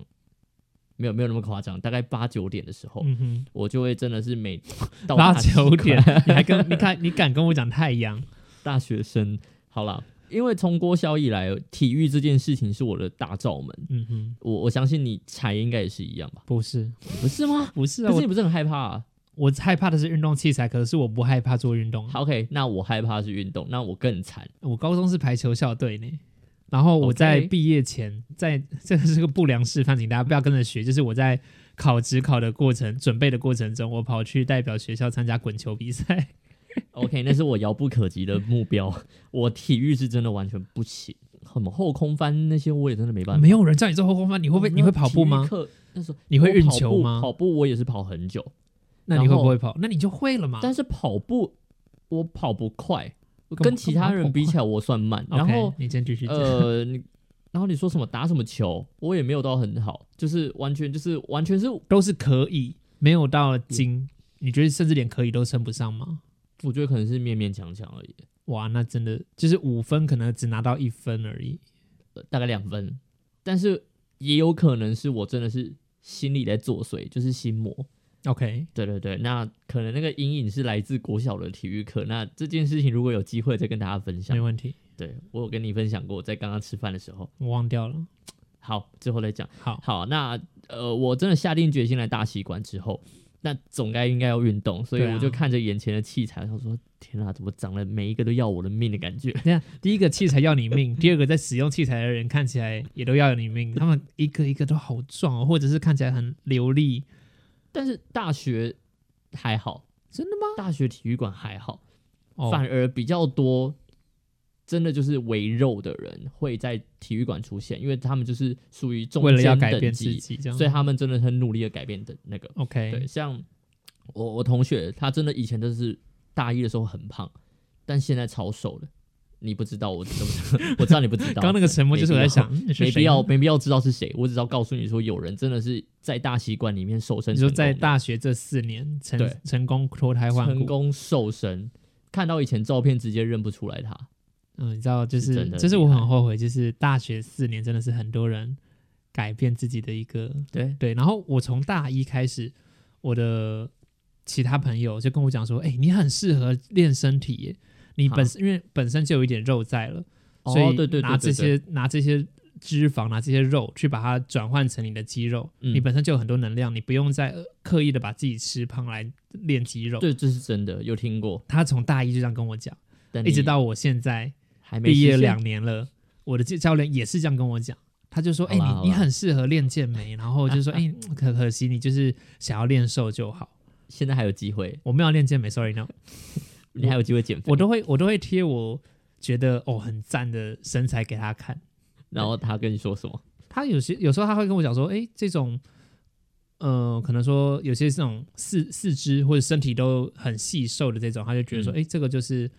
[SPEAKER 2] 没有没有那么夸张，大概八九点的时候，
[SPEAKER 1] 嗯哼，
[SPEAKER 2] 我就会真的 是每到
[SPEAKER 1] 八
[SPEAKER 2] 大习
[SPEAKER 1] 九
[SPEAKER 2] 馆
[SPEAKER 1] 点，你还跟你看你敢跟我讲太阳？
[SPEAKER 2] 大学生好啦，因为从郭小以来，体育这件事情是我的大罩门，
[SPEAKER 1] 嗯哼，
[SPEAKER 2] 我我相信你才应该也是一样吧？
[SPEAKER 1] 不是，
[SPEAKER 2] 不是吗？
[SPEAKER 1] 不是啊，
[SPEAKER 2] 可是
[SPEAKER 1] 我
[SPEAKER 2] 你不是很害怕、啊、
[SPEAKER 1] 我害怕的是运动器材，可是我不害怕做运动啊。
[SPEAKER 2] 好？OK，那我害怕是运动，那我更惨。
[SPEAKER 1] 我高中是排球校队呢，然后我在
[SPEAKER 2] OK
[SPEAKER 1] 毕业前，在 这个是个不良示范，请大家不要跟着学。就是我在考职考的过程、准备的过程中，我跑去代表学校参加滚球比赛。
[SPEAKER 2] OK，那是我遥不可及的目标。我体育是真的完全不行，什么后空翻那些我也真的没办法。
[SPEAKER 1] 没有人叫你做后空翻，你会不会？你会跑步
[SPEAKER 2] 体育
[SPEAKER 1] 吗？
[SPEAKER 2] 课那时候
[SPEAKER 1] 你会
[SPEAKER 2] 我
[SPEAKER 1] 运
[SPEAKER 2] 跑
[SPEAKER 1] 球
[SPEAKER 2] 步
[SPEAKER 1] 吗
[SPEAKER 2] 跑步我也是跑很久，
[SPEAKER 1] 那你会
[SPEAKER 2] 然后
[SPEAKER 1] 不会跑？那你就会了嘛。
[SPEAKER 2] 但是跑步我跑不快，我
[SPEAKER 1] 干嘛啊
[SPEAKER 2] 跟其他人比起来我算慢。
[SPEAKER 1] OK，
[SPEAKER 2] 然后
[SPEAKER 1] 你先继续讲。
[SPEAKER 2] 呃，你然后你说什么打什么球，我也没有到很好，就是完全就是完全是
[SPEAKER 1] 都是可以，没有到
[SPEAKER 2] 嗯
[SPEAKER 1] 精，你觉得甚至连可以都称不上吗？
[SPEAKER 2] 我觉得可能是勉勉强强而已，
[SPEAKER 1] 哇，那真的就是五分，可能只拿到一分而已。
[SPEAKER 2] 呃大概两分。但是也有可能是我真的是心里在作祟，就是心魔。
[SPEAKER 1] OK，
[SPEAKER 2] 对对对，那可能那个阴影是来自国小的体育课。那这件事情如果有机会再跟大家分享
[SPEAKER 1] 没，问题，
[SPEAKER 2] 对我有跟你分享过，在刚刚吃饭的时候。
[SPEAKER 1] 我忘掉了。
[SPEAKER 2] 好，之后再讲。
[SPEAKER 1] 好，
[SPEAKER 2] 好，那呃，我真的下定决心来大习馆之后，那总该应该要运动，所以
[SPEAKER 1] 对啊
[SPEAKER 2] 我就看着眼前的器材，想说：天啊，怎么长得每一个都要我的命的感觉？
[SPEAKER 1] 这样，第一个器材要你命，第二个在使用器材的人看起来也都要你命，他们一个一个都好壮哦，或者是看起来很流利。
[SPEAKER 2] 但是大学还好，
[SPEAKER 1] 真的吗？
[SPEAKER 2] 大学体育馆还好，
[SPEAKER 1] 哦，
[SPEAKER 2] 反而比较多，真的就是围肉的人会在体育馆出现，因为他们就是属于中
[SPEAKER 1] 为了要
[SPEAKER 2] 间
[SPEAKER 1] 改
[SPEAKER 2] 等
[SPEAKER 1] 变自
[SPEAKER 2] 级，
[SPEAKER 1] 己，嗯这样。
[SPEAKER 2] 所以他们真的很努力的改变的那个。对，
[SPEAKER 1] OK，
[SPEAKER 2] 像我我同学，他真的以前都是大一的时候很胖，但现在超瘦了。你不知道，我知不知道？我知道你不知道。
[SPEAKER 1] 刚刚那个沉默就是我在想，嗯是
[SPEAKER 2] 没
[SPEAKER 1] 谁
[SPEAKER 2] 必要，没必要知道是谁，我只要告诉你说，有人真的是在大习惯里面瘦身
[SPEAKER 1] 你
[SPEAKER 2] 成功
[SPEAKER 1] 说在
[SPEAKER 2] 的，
[SPEAKER 1] 大学这四年成
[SPEAKER 2] 对
[SPEAKER 1] 成功脱胎换
[SPEAKER 2] 成
[SPEAKER 1] 骨，
[SPEAKER 2] 功瘦身，看到以前照片直接认不出来他。
[SPEAKER 1] 嗯，你知道，就是是
[SPEAKER 2] 真的
[SPEAKER 1] 就是
[SPEAKER 2] 厉
[SPEAKER 1] 我
[SPEAKER 2] 害
[SPEAKER 1] 很后悔，就是大学四年真的是很多人改变自己的一个
[SPEAKER 2] 对，
[SPEAKER 1] 对。然后我从大一开始，我的其他朋友就跟我讲说，哎、你很适合练身体耶，你本因为本身就有一点肉在了，
[SPEAKER 2] 哦
[SPEAKER 1] 所以
[SPEAKER 2] 对对对
[SPEAKER 1] 拿这
[SPEAKER 2] 对对
[SPEAKER 1] 些拿这些脂肪拿这些肉去把它转换成你的肌肉，
[SPEAKER 2] 嗯
[SPEAKER 1] 你本身就有很多能量，你不用再呃刻意的把自己吃胖来练肌肉。
[SPEAKER 2] 对，这是真的，有听过，
[SPEAKER 1] 他从大一就这样跟我讲，
[SPEAKER 2] 但
[SPEAKER 1] 一直
[SPEAKER 2] 你
[SPEAKER 1] 到我现在。
[SPEAKER 2] 还没
[SPEAKER 1] 毕业
[SPEAKER 2] 实现
[SPEAKER 1] 两年了，我的教练也是这样跟我讲，他就说：“
[SPEAKER 2] 好
[SPEAKER 1] 哎、
[SPEAKER 2] 啦好啦
[SPEAKER 1] 你你很适合练健美。”然后 就说：“哎、可可惜你就是想要练瘦就好，
[SPEAKER 2] 现在还有机会，
[SPEAKER 1] 我没有练健美，sorry no。
[SPEAKER 2] 你还有机会减”肥
[SPEAKER 1] 我。都会我都会贴我觉得哦很赞的身材给他看。
[SPEAKER 2] 然后他跟你说什么？
[SPEAKER 1] 他有些有时候他会跟我讲说：“哎、这种。”呃，可能说有些这种四四肢或者身体都很细瘦的这种，他就觉得说，
[SPEAKER 2] 嗯
[SPEAKER 1] 哎、这个就是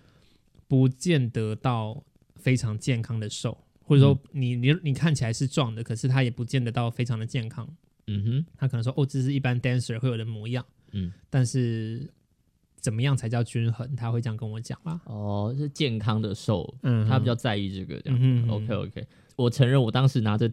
[SPEAKER 1] 不见得到非常健康的瘦，或者说
[SPEAKER 2] 嗯
[SPEAKER 1] 你你你看起来是壮的，可是他也不见得到非常的健康。
[SPEAKER 2] 嗯哼，
[SPEAKER 1] 他可能说，哦，这是一般 dancer 会有的模样，
[SPEAKER 2] 嗯，
[SPEAKER 1] 但是怎么样才叫均衡，他会这样跟我讲啦。
[SPEAKER 2] 哦，是健康的瘦，
[SPEAKER 1] 嗯哼，
[SPEAKER 2] 他比较在意这个这
[SPEAKER 1] 嗯
[SPEAKER 2] 样。
[SPEAKER 1] 哼嗯哼
[SPEAKER 2] OK OK，我承认我当时拿着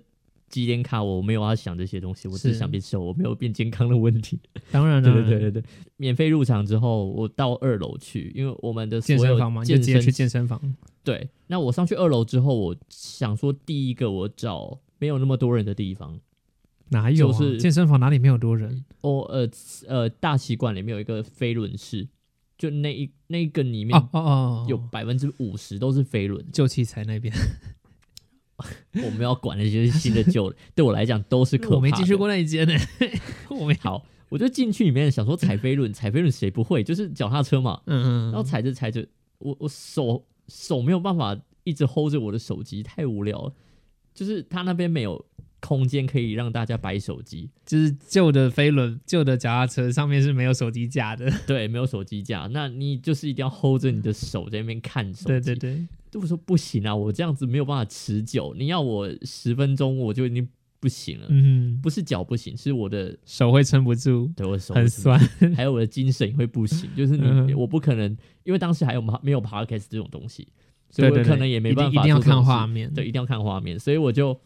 [SPEAKER 2] 纪念卡，我没有要想这些东西，我
[SPEAKER 1] 是
[SPEAKER 2] 只是嗯想变瘦，我没有变健康的问题。
[SPEAKER 1] 当然
[SPEAKER 2] 对
[SPEAKER 1] 了，
[SPEAKER 2] 对对对对，免费入场之后，我到二楼去，因为我们的所
[SPEAKER 1] 健身
[SPEAKER 2] 有
[SPEAKER 1] 房嘛，你就
[SPEAKER 2] 健
[SPEAKER 1] 直接
[SPEAKER 2] 身
[SPEAKER 1] 去健身房。
[SPEAKER 2] 对，那我上去二楼之后，我想说第一个我找没有那么多人的地方。
[SPEAKER 1] 哪有、啊？
[SPEAKER 2] 就是
[SPEAKER 1] 健身房哪里没有多人？
[SPEAKER 2] 哦，呃呃，大习馆里面有一个飞轮式，就那一那个里面
[SPEAKER 1] 哦哦哦，
[SPEAKER 2] 有百分之五十都是飞轮，
[SPEAKER 1] 旧器材那边，
[SPEAKER 2] 我们要管那些新的旧的，对我来讲都是可怕的。
[SPEAKER 1] 我没进去过那一间 呢、我没。
[SPEAKER 2] 好，我就进去里面想说踩飞轮，踩飞轮谁不会？就是脚踏车嘛，
[SPEAKER 1] 嗯嗯，
[SPEAKER 2] 然后踩着踩着，我我手手没有办法一直 hold 着我的手机，太无聊了。就是他那边没有空间可以让大家摆手机，
[SPEAKER 1] 就是旧的飞轮、旧的脚踏车上面是没有手机架的。
[SPEAKER 2] 对，没有手机架，那你就是一定要 hold 着你的手在那边看手机。
[SPEAKER 1] 对对对，
[SPEAKER 2] 我说不行啊，我这样子没有办法持久。你要我十分钟，我就已经不行了。
[SPEAKER 1] 嗯，
[SPEAKER 2] 不是脚不行，是我的
[SPEAKER 1] 手会撑不住，
[SPEAKER 2] 对我手
[SPEAKER 1] 很
[SPEAKER 2] 不行，
[SPEAKER 1] 酸。
[SPEAKER 2] 还有我的精神也会不行。就是
[SPEAKER 1] 嗯
[SPEAKER 2] 你，
[SPEAKER 1] 哼
[SPEAKER 2] 我不可能，因为当时还有没有 podcast 这种东西，所以我
[SPEAKER 1] 对对对
[SPEAKER 2] 可能也没办法
[SPEAKER 1] 一定一定要
[SPEAKER 2] 做这种
[SPEAKER 1] 看
[SPEAKER 2] 事
[SPEAKER 1] 画面。
[SPEAKER 2] 对，一定要看画面，所以我就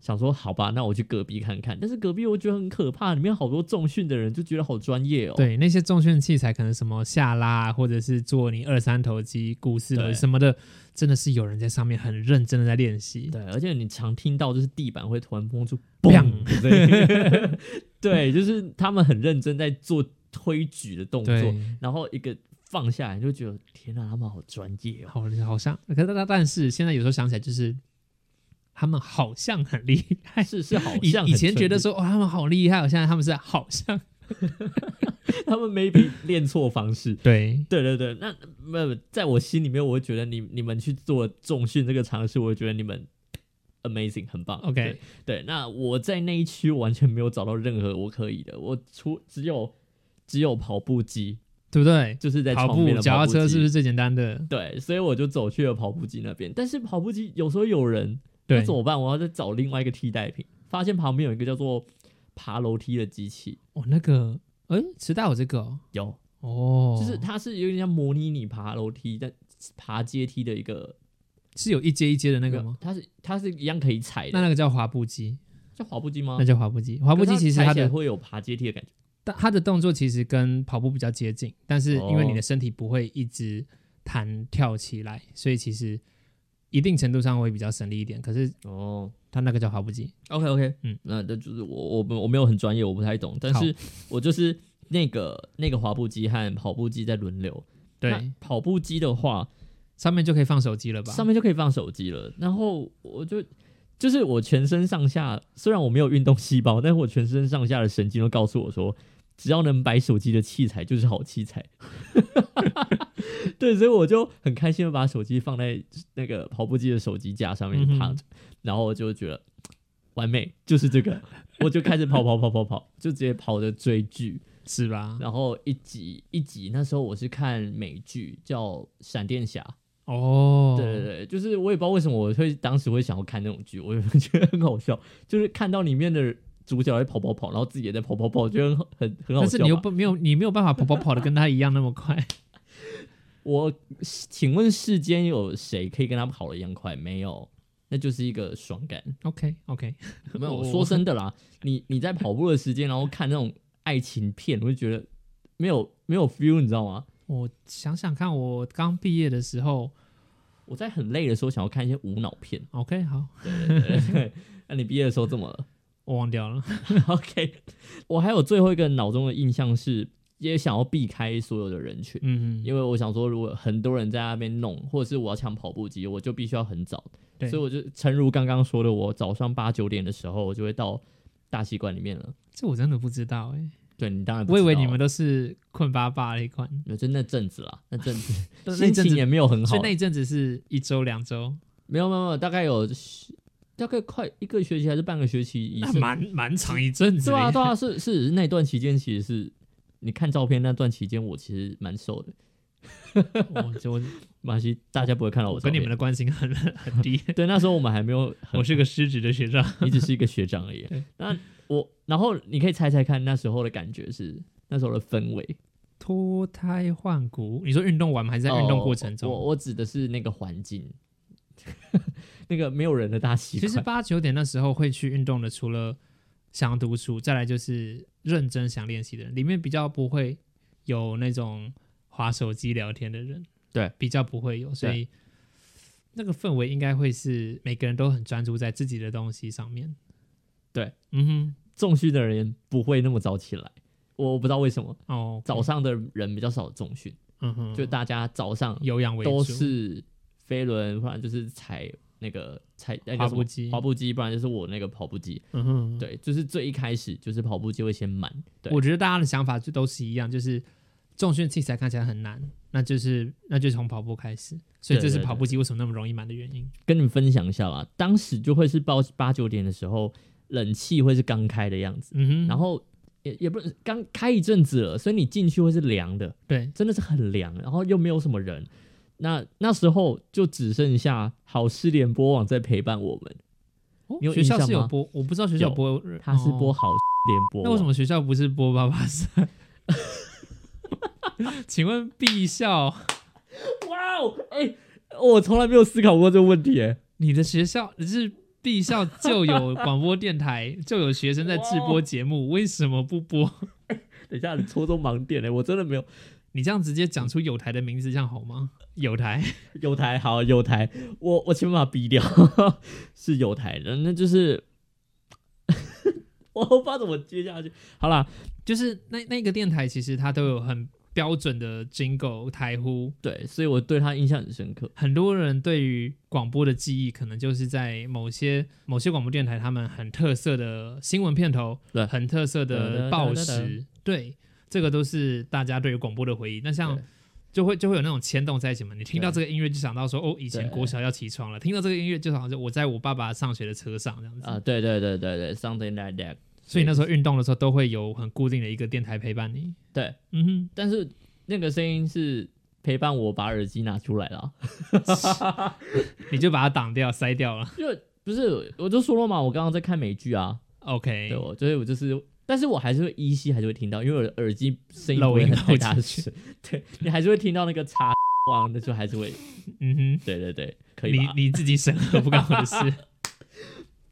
[SPEAKER 2] 想说，好吧，那我去隔壁看看。但是隔壁我觉得很可怕，里面好多重训的人，就觉得好专业哦。
[SPEAKER 1] 对，那些重训器材可能什么下拉，或者是做你二三头肌、股四
[SPEAKER 2] 对
[SPEAKER 1] 轮什么的，真的是有人在上面很认真的在练习。
[SPEAKER 2] 对，而且你常听到就是地板会突然蹦出
[SPEAKER 1] 砰
[SPEAKER 2] 砰的声音， 对，就是他们很认真在做推举的动作，
[SPEAKER 1] 对，
[SPEAKER 2] 然后一个放下来你就觉得天哪，他们好专业哦。
[SPEAKER 1] 好，好像，可是但但是现在有时候想起来，就是他们好像很厉害。
[SPEAKER 2] 是是好
[SPEAKER 1] 以
[SPEAKER 2] 像
[SPEAKER 1] 以
[SPEAKER 2] 很
[SPEAKER 1] 前
[SPEAKER 2] 专
[SPEAKER 1] 觉得
[SPEAKER 2] 业
[SPEAKER 1] 说哇、他们好厉害，现在他们是好像
[SPEAKER 2] 他们 maybe 练错方式，
[SPEAKER 1] 对
[SPEAKER 2] 对对对，那没有在我心里面，我会觉得你你们去做重训这个尝试，我会觉得你们 amazing 很棒。
[SPEAKER 1] OK
[SPEAKER 2] 对对，那我在那一区完全没有找到任何我可以的，我除只有只有跑步机，
[SPEAKER 1] 对不对？
[SPEAKER 2] 就是在
[SPEAKER 1] 跑
[SPEAKER 2] 窗边的
[SPEAKER 1] 脚踏
[SPEAKER 2] 步
[SPEAKER 1] 车
[SPEAKER 2] 机
[SPEAKER 1] 是不是最简单的？
[SPEAKER 2] 对，所以我就走去了跑步机那边，但是跑步机有时候有人，那
[SPEAKER 1] 对
[SPEAKER 2] 怎，么办？我要再找另外一个替代品，发现旁边有一个叫做爬楼梯的机器，
[SPEAKER 1] 我那个，哎，池袋有这个哦
[SPEAKER 2] 有，
[SPEAKER 1] 哦，
[SPEAKER 2] 就是它是有点像模拟你爬楼梯、但爬阶梯的一个
[SPEAKER 1] 是有一阶一阶的那个吗？
[SPEAKER 2] 它是它是一样可以踩
[SPEAKER 1] 那
[SPEAKER 2] 的，
[SPEAKER 1] 那个叫滑步机，
[SPEAKER 2] 叫滑步机吗
[SPEAKER 1] 那？叫滑步机。滑步机其实
[SPEAKER 2] 哦
[SPEAKER 1] 它
[SPEAKER 2] 它踩起来
[SPEAKER 1] 的
[SPEAKER 2] 会有爬阶梯的感觉，
[SPEAKER 1] 但它的动作其实跟跑步比较接近，但是因为
[SPEAKER 2] 哦
[SPEAKER 1] 你的身体不会一直弹跳起来，所以其实一定程度上会比较省力一点。可是
[SPEAKER 2] 哦。
[SPEAKER 1] 它那个叫滑步机，
[SPEAKER 2] OK OK，嗯
[SPEAKER 1] 嗯，
[SPEAKER 2] 那这就是我我们我没有很专业，我不太懂，但是我就是那个那个滑步机和跑步机在轮流。
[SPEAKER 1] 对
[SPEAKER 2] 那，跑步机的话，
[SPEAKER 1] 上面就可以放手机了吧？
[SPEAKER 2] 上面就可以放手机了。然后我就就是我全身上下，虽然我没有运动细胞，但是我全身上下的神经都告诉我说，只要能摆手机的器材就是好器材。 对，所以我就很开心的把手机放在那个跑步机的手机架上面
[SPEAKER 1] 嗯哼
[SPEAKER 2] 躺着，然后我就觉得完美，就是这个，我就开始跑跑跑跑跑，就直接跑着追剧。
[SPEAKER 1] 是吧？
[SPEAKER 2] 然后一集一集，那时候我是看美剧叫《闪电侠》，
[SPEAKER 1] 哦，
[SPEAKER 2] 对对对，就是我也不知道为什么我会当时会想要看那种剧，我就觉得很好笑，就是看到里面的主角在跑跑跑，然后自己也在跑跑跑，我觉得很好很很好笑嘛。
[SPEAKER 1] 但是你又不没有你没有办法跑跑跑的跟他一样那么快，
[SPEAKER 2] 我请问世间有谁可以跟他跑的一样快？没有，那就是一个爽感。
[SPEAKER 1] OK OK，
[SPEAKER 2] 没有，
[SPEAKER 1] 我
[SPEAKER 2] 我说真的啦，你你在跑步的时间，然后看那种爱情片，我就觉得没有没有 feel，你知道吗？
[SPEAKER 1] 我想想看，我刚毕业的时候
[SPEAKER 2] 我在很累的时候想要看一些无脑片。
[SPEAKER 1] ，OK 好，
[SPEAKER 2] 对那你毕业的时候怎么了？
[SPEAKER 1] 我忘掉了。
[SPEAKER 2] OK，我还有最后一个脑中的印象是，也想要避开所有的人群，
[SPEAKER 1] 嗯，
[SPEAKER 2] 因为我想说，如果很多人在那边弄，或者是我要抢跑步机，我就必须要很早。
[SPEAKER 1] 对
[SPEAKER 2] 所以我就诚如刚刚说的，我早上八九点的时候，我就会到大西馆里面了。
[SPEAKER 1] 这我真的不知道哎、
[SPEAKER 2] 对你当然不
[SPEAKER 1] 我以
[SPEAKER 2] 知
[SPEAKER 1] 为
[SPEAKER 2] 道
[SPEAKER 1] 你们都是困巴巴那一款，
[SPEAKER 2] 没有，就那阵子啦，那阵子
[SPEAKER 1] 那一阵
[SPEAKER 2] 心
[SPEAKER 1] 子
[SPEAKER 2] 情也没有很好
[SPEAKER 1] 所以，那一阵子是一周两周，
[SPEAKER 2] 没有没有没有，大概有大概快一个学期还是半个学期以
[SPEAKER 1] 那
[SPEAKER 2] 上，
[SPEAKER 1] 蛮蛮长一阵子
[SPEAKER 2] 对
[SPEAKER 1] 的
[SPEAKER 2] 啊，
[SPEAKER 1] 耶。
[SPEAKER 2] 对啊，是是那段期间，其实是你看照片那段期间，我其实蛮瘦的。
[SPEAKER 1] 我就
[SPEAKER 2] 马西，大家不会看到我
[SPEAKER 1] 啊我跟你们
[SPEAKER 2] 的
[SPEAKER 1] 的关心很很 低，
[SPEAKER 2] 对，那时候我们还没有很，
[SPEAKER 1] 我 是个失职的学长。
[SPEAKER 2] 你只是一个学长而已
[SPEAKER 1] 对。
[SPEAKER 2] 那我，然后你可以猜猜看那时候的感觉是那时候的氛围，
[SPEAKER 1] 脱胎换骨。你说运动完吗？还是在运动过程中？
[SPEAKER 2] 哦我我指的是那个环境， 那个没有人的大习
[SPEAKER 1] 其
[SPEAKER 2] 惯。
[SPEAKER 1] 实八九点那时候会去运动的，除了想要读书，再来就是认真想练习的人，里面比较不会有那种划手机聊天的人，
[SPEAKER 2] 对，
[SPEAKER 1] 比较不会有，所以那个氛围应该会是每个人都很专注在自己的东西上面。
[SPEAKER 2] 对，
[SPEAKER 1] 嗯
[SPEAKER 2] 重训的人不会那么早起来，我不知道为什么
[SPEAKER 1] 哼，哦，
[SPEAKER 2] 早，上的人比较少重训，
[SPEAKER 1] 嗯哼，
[SPEAKER 2] 就大家早上
[SPEAKER 1] 有氧为主，
[SPEAKER 2] 都是飞轮，不然就是踩那个踩那个
[SPEAKER 1] 滑
[SPEAKER 2] 什么
[SPEAKER 1] 步机
[SPEAKER 2] 滑步机，不然就是我那个跑步机。
[SPEAKER 1] 嗯哼，。
[SPEAKER 2] 对，就是最一开始就是跑步机会先满，对
[SPEAKER 1] 我觉得大家的想法就都是一样，就是重训器材看起来很难，那就是那就从跑步开始，所以这
[SPEAKER 2] 对
[SPEAKER 1] 是
[SPEAKER 2] 对
[SPEAKER 1] 跑步机为什么那么容易满的原因。
[SPEAKER 2] 跟你们分享一下啦。当时就会是八八九点的时候，冷气会是刚开的样子，
[SPEAKER 1] 嗯哼，
[SPEAKER 2] 然后也也不是刚开一阵子了，所以你进去会是凉的，
[SPEAKER 1] 对，
[SPEAKER 2] 真的是很凉，然后又没有什么人。那那时候就只剩下好事联播网在陪伴我们，
[SPEAKER 1] 哦
[SPEAKER 2] 你有
[SPEAKER 1] 学
[SPEAKER 2] 印
[SPEAKER 1] 校
[SPEAKER 2] 象
[SPEAKER 1] 是有
[SPEAKER 2] 吗
[SPEAKER 1] 播，我不知道学校
[SPEAKER 2] 有
[SPEAKER 1] 播，
[SPEAKER 2] 它是播
[SPEAKER 1] 哦
[SPEAKER 2] 好事联播网。
[SPEAKER 1] 那为什么学校不是播八八三？ 请问毕校，
[SPEAKER 2] 哇哦，哎、我从来没有思考过这个问题、哎，
[SPEAKER 1] 你的学校是毕校就有广播电台，就有学生在制播节目，为什么不播？
[SPEAKER 2] 等一下，你戳中盲点嘞、哎我真的没有。
[SPEAKER 1] 你这样直接讲出有台的名字，这样好吗？有台，
[SPEAKER 2] 有台好，有台，我我先把它逼掉， 是有台的，那就是 我不知道怎么接下去。好啦，
[SPEAKER 1] 就是那那个电台，其实它都有很标准的 jingle 台呼，
[SPEAKER 2] 对，所以我对他印象很深刻。
[SPEAKER 1] 很多人对于广播的记忆，可能就是在某些某些广播电台，他们很特色的新闻片头，
[SPEAKER 2] 对
[SPEAKER 1] 很特色的报时，对，这个都是大家对于广播的回忆。那像
[SPEAKER 2] 对
[SPEAKER 1] 就会就会有那种牵动在一起嘛，你听到这个音乐就想到说，哦，以前
[SPEAKER 2] 对
[SPEAKER 1] 国小要起床了，听到这个音乐就好像是我在我爸爸上学的车上这样子。
[SPEAKER 2] 啊，对对对对对，something like that。
[SPEAKER 1] 所以那时候运动的时候都会有很固定的一个电台陪伴你。
[SPEAKER 2] 对，
[SPEAKER 1] 嗯
[SPEAKER 2] 但是那个声音是陪伴我把耳机拿出来啊了，
[SPEAKER 1] 哼，你就把它挡掉、 塞掉了。
[SPEAKER 2] 就不是我就说了嘛，我刚刚在看美剧啊，
[SPEAKER 1] OK，
[SPEAKER 2] 对我，所以我就是，但是我还是会依稀还是会听到，因为我的耳机声音
[SPEAKER 1] 漏
[SPEAKER 2] 不会
[SPEAKER 1] 音
[SPEAKER 2] 很
[SPEAKER 1] 漏
[SPEAKER 2] 太大
[SPEAKER 1] 进
[SPEAKER 2] 声， 对你还是会听到那个叉 汪，那就还是会，
[SPEAKER 1] 嗯哼。
[SPEAKER 2] 对对对，可以
[SPEAKER 1] 你
[SPEAKER 2] 吧？
[SPEAKER 1] 你自己审核不关我的事。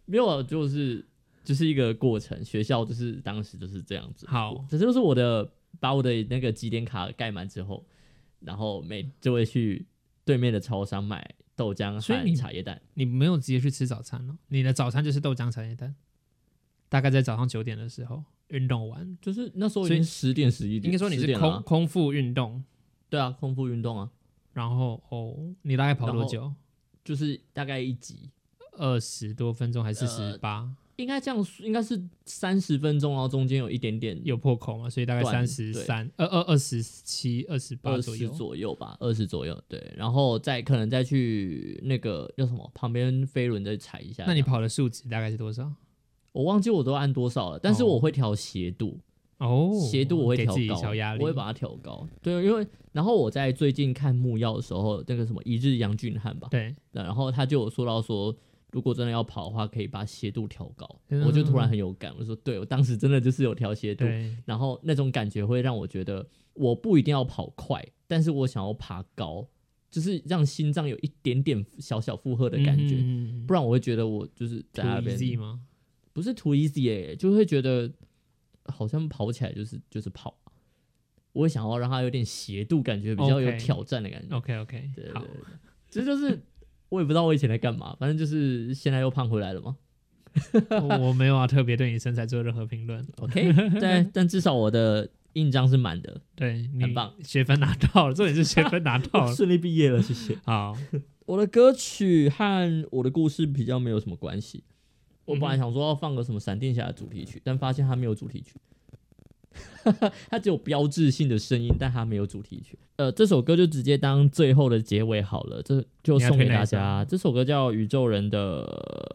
[SPEAKER 2] 没有啊，就是就是一个过程，学校就是当时就是这样子，
[SPEAKER 1] 好，
[SPEAKER 2] 这就是我的把我的那个几点卡盖满之后，然后每就会去对面的超商买豆浆
[SPEAKER 1] 所以你
[SPEAKER 2] 和茶叶蛋，
[SPEAKER 1] 你没有直接去吃早餐哦，你的早餐就是豆浆茶叶蛋，大概在早上九点的时候运动完，
[SPEAKER 2] 就是那时候已
[SPEAKER 1] 所以
[SPEAKER 2] 经十点十一点，
[SPEAKER 1] 应该说你
[SPEAKER 2] 10
[SPEAKER 1] 是
[SPEAKER 2] 点
[SPEAKER 1] 空、
[SPEAKER 2] 了啊
[SPEAKER 1] 空腹运动，
[SPEAKER 2] 对啊，空腹运动啊，
[SPEAKER 1] 然后哦，你大概跑多久？
[SPEAKER 2] 就是大概一集。
[SPEAKER 1] 二十多分钟还是十
[SPEAKER 2] 呃
[SPEAKER 1] 八、
[SPEAKER 2] 应该这样说，应该是三十分钟，然后中间有一点点
[SPEAKER 1] 有破口嘛？所以大概三
[SPEAKER 2] 短
[SPEAKER 1] 十三、二二二十七、二十八
[SPEAKER 2] 二
[SPEAKER 1] 左
[SPEAKER 2] 十
[SPEAKER 1] 右。
[SPEAKER 2] 左右吧，二十左右，对，然后再可能再去那个叫什么旁边飞轮再踩一下。
[SPEAKER 1] 那你
[SPEAKER 2] 这样
[SPEAKER 1] 跑的数值大概是多少？
[SPEAKER 2] 我忘记我都按多少了，但是
[SPEAKER 1] 哦
[SPEAKER 2] 我会调斜度，
[SPEAKER 1] 哦，
[SPEAKER 2] 斜度我会
[SPEAKER 1] 给
[SPEAKER 2] 调
[SPEAKER 1] 自己
[SPEAKER 2] 高，
[SPEAKER 1] 小压力，
[SPEAKER 2] 我会把它调高。对，因为然后我在最近看木曜的时候，那个什么一日杨俊汉吧，
[SPEAKER 1] 对，
[SPEAKER 2] 那然后他就有说到说，如果真的要跑的话，可以把斜度调高。
[SPEAKER 1] 嗯
[SPEAKER 2] 我就突然很有感，我说对我当时真的就是有调斜度，
[SPEAKER 1] 对，
[SPEAKER 2] 然后那种感觉会让我觉得我不一定要跑快，但是我想要爬高，就是让心脏有一点点小小负荷的感觉，
[SPEAKER 1] 嗯嗯嗯嗯
[SPEAKER 2] 不然我会觉得我就是在那
[SPEAKER 1] Too easy
[SPEAKER 2] 边
[SPEAKER 1] 吗？
[SPEAKER 2] 不是 too easy 欸就会觉得好像跑起来就是就是跑，我会想要让它有点斜度，感觉比较有
[SPEAKER 1] OK
[SPEAKER 2] 挑战的感觉。
[SPEAKER 1] OK OK，
[SPEAKER 2] 对对
[SPEAKER 1] 好
[SPEAKER 2] 对，，这就是我也不知道我以前在干嘛，反正就是现在又胖回来了嘛。
[SPEAKER 1] 我我没有啊，特别对你身材做任何评论。
[SPEAKER 2] OK，但但至少我的印章是满的，
[SPEAKER 1] 对，你
[SPEAKER 2] 很棒，
[SPEAKER 1] 学分拿到了，重点是学分拿到 了。
[SPEAKER 2] 顺利毕业了，谢谢。
[SPEAKER 1] 好，
[SPEAKER 2] 我的歌曲和我的故事比较没有什么关系。我本
[SPEAKER 1] 嗯
[SPEAKER 2] 来
[SPEAKER 1] 哼
[SPEAKER 2] 想说要放个什么闪电侠的主题曲，但发现它没有主题曲， 它只有标志性的声音，但它没有主题曲。呃，这首歌就直接当最后的结尾好了，这就
[SPEAKER 1] 你要
[SPEAKER 2] 送给
[SPEAKER 1] 推哪
[SPEAKER 2] 大
[SPEAKER 1] 一首
[SPEAKER 2] 家。这首歌叫《宇宙人的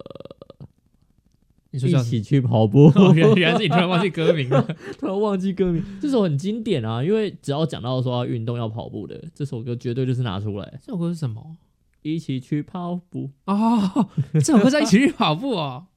[SPEAKER 1] 你说
[SPEAKER 2] 一
[SPEAKER 1] 叫什么？
[SPEAKER 2] 起去 跑步》
[SPEAKER 1] 哦，原原来是你突然忘记歌名了。
[SPEAKER 2] 突然忘记歌名。这首很经典啊，因为只要讲到说要运动要跑步的，这首歌绝对就是拿出来
[SPEAKER 1] 这首歌是什么？
[SPEAKER 2] 一起去跑步。
[SPEAKER 1] 哦，这首歌叫《一起去跑步》哦，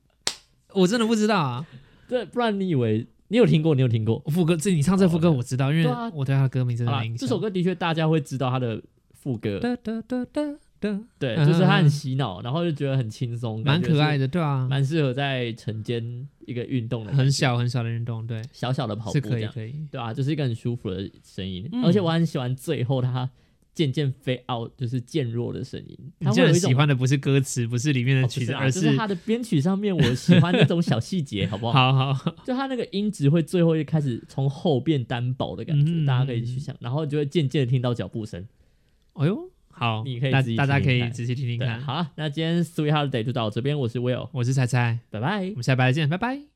[SPEAKER 1] 我真的不知道啊。
[SPEAKER 2] 这不然你以为你有听过？你有听过？
[SPEAKER 1] 副歌，这你唱这副歌我知道，因为
[SPEAKER 2] 对啊
[SPEAKER 1] 我对他的歌名真的
[SPEAKER 2] 好啦
[SPEAKER 1] 没印象。
[SPEAKER 2] 这首歌的确大家会知道它的副歌，
[SPEAKER 1] 哒哒哒哒哒，
[SPEAKER 2] 对，
[SPEAKER 1] 嗯
[SPEAKER 2] 就是它很洗脑，然后就觉得很轻松，
[SPEAKER 1] 蛮可爱
[SPEAKER 2] 的，
[SPEAKER 1] 的，对啊，
[SPEAKER 2] 蛮适合在晨间一个运动的感觉，
[SPEAKER 1] 很小很小的运动，对，
[SPEAKER 2] 小小的跑步
[SPEAKER 1] 是
[SPEAKER 2] 这
[SPEAKER 1] 可以
[SPEAKER 2] 样，
[SPEAKER 1] 可以。
[SPEAKER 2] 对啊，就是一个很舒服的声音，
[SPEAKER 1] 嗯
[SPEAKER 2] 而且我很喜欢最后它渐渐飞 out，就是渐弱的声音，
[SPEAKER 1] 你
[SPEAKER 2] 它会
[SPEAKER 1] 竟
[SPEAKER 2] 有
[SPEAKER 1] 然
[SPEAKER 2] 一种
[SPEAKER 1] 喜欢的不是歌词，不是里面
[SPEAKER 2] 哦
[SPEAKER 1] 的
[SPEAKER 2] 不
[SPEAKER 1] 曲
[SPEAKER 2] 是
[SPEAKER 1] 子，
[SPEAKER 2] 啊
[SPEAKER 1] 而
[SPEAKER 2] 就是它的编曲上面，我喜欢那种小细节，好 不好？
[SPEAKER 1] 好好好
[SPEAKER 2] 就它那个音质会最后一开始从厚变单薄的感觉，
[SPEAKER 1] 嗯
[SPEAKER 2] 大家可以去想，然后就会渐渐地听到脚步声。
[SPEAKER 1] 哎呦，好，
[SPEAKER 2] 你可以
[SPEAKER 1] 大
[SPEAKER 2] 自己
[SPEAKER 1] 大家
[SPEAKER 2] 听
[SPEAKER 1] 可
[SPEAKER 2] 听
[SPEAKER 1] 以
[SPEAKER 2] 看
[SPEAKER 1] 仔细听听
[SPEAKER 2] 对，
[SPEAKER 1] 看。
[SPEAKER 2] 好啊，那今天 Sweet Holiday 就到这边，我是 Will，
[SPEAKER 1] 我是彩彩，
[SPEAKER 2] 拜拜
[SPEAKER 1] 我。们下拜再见，拜拜。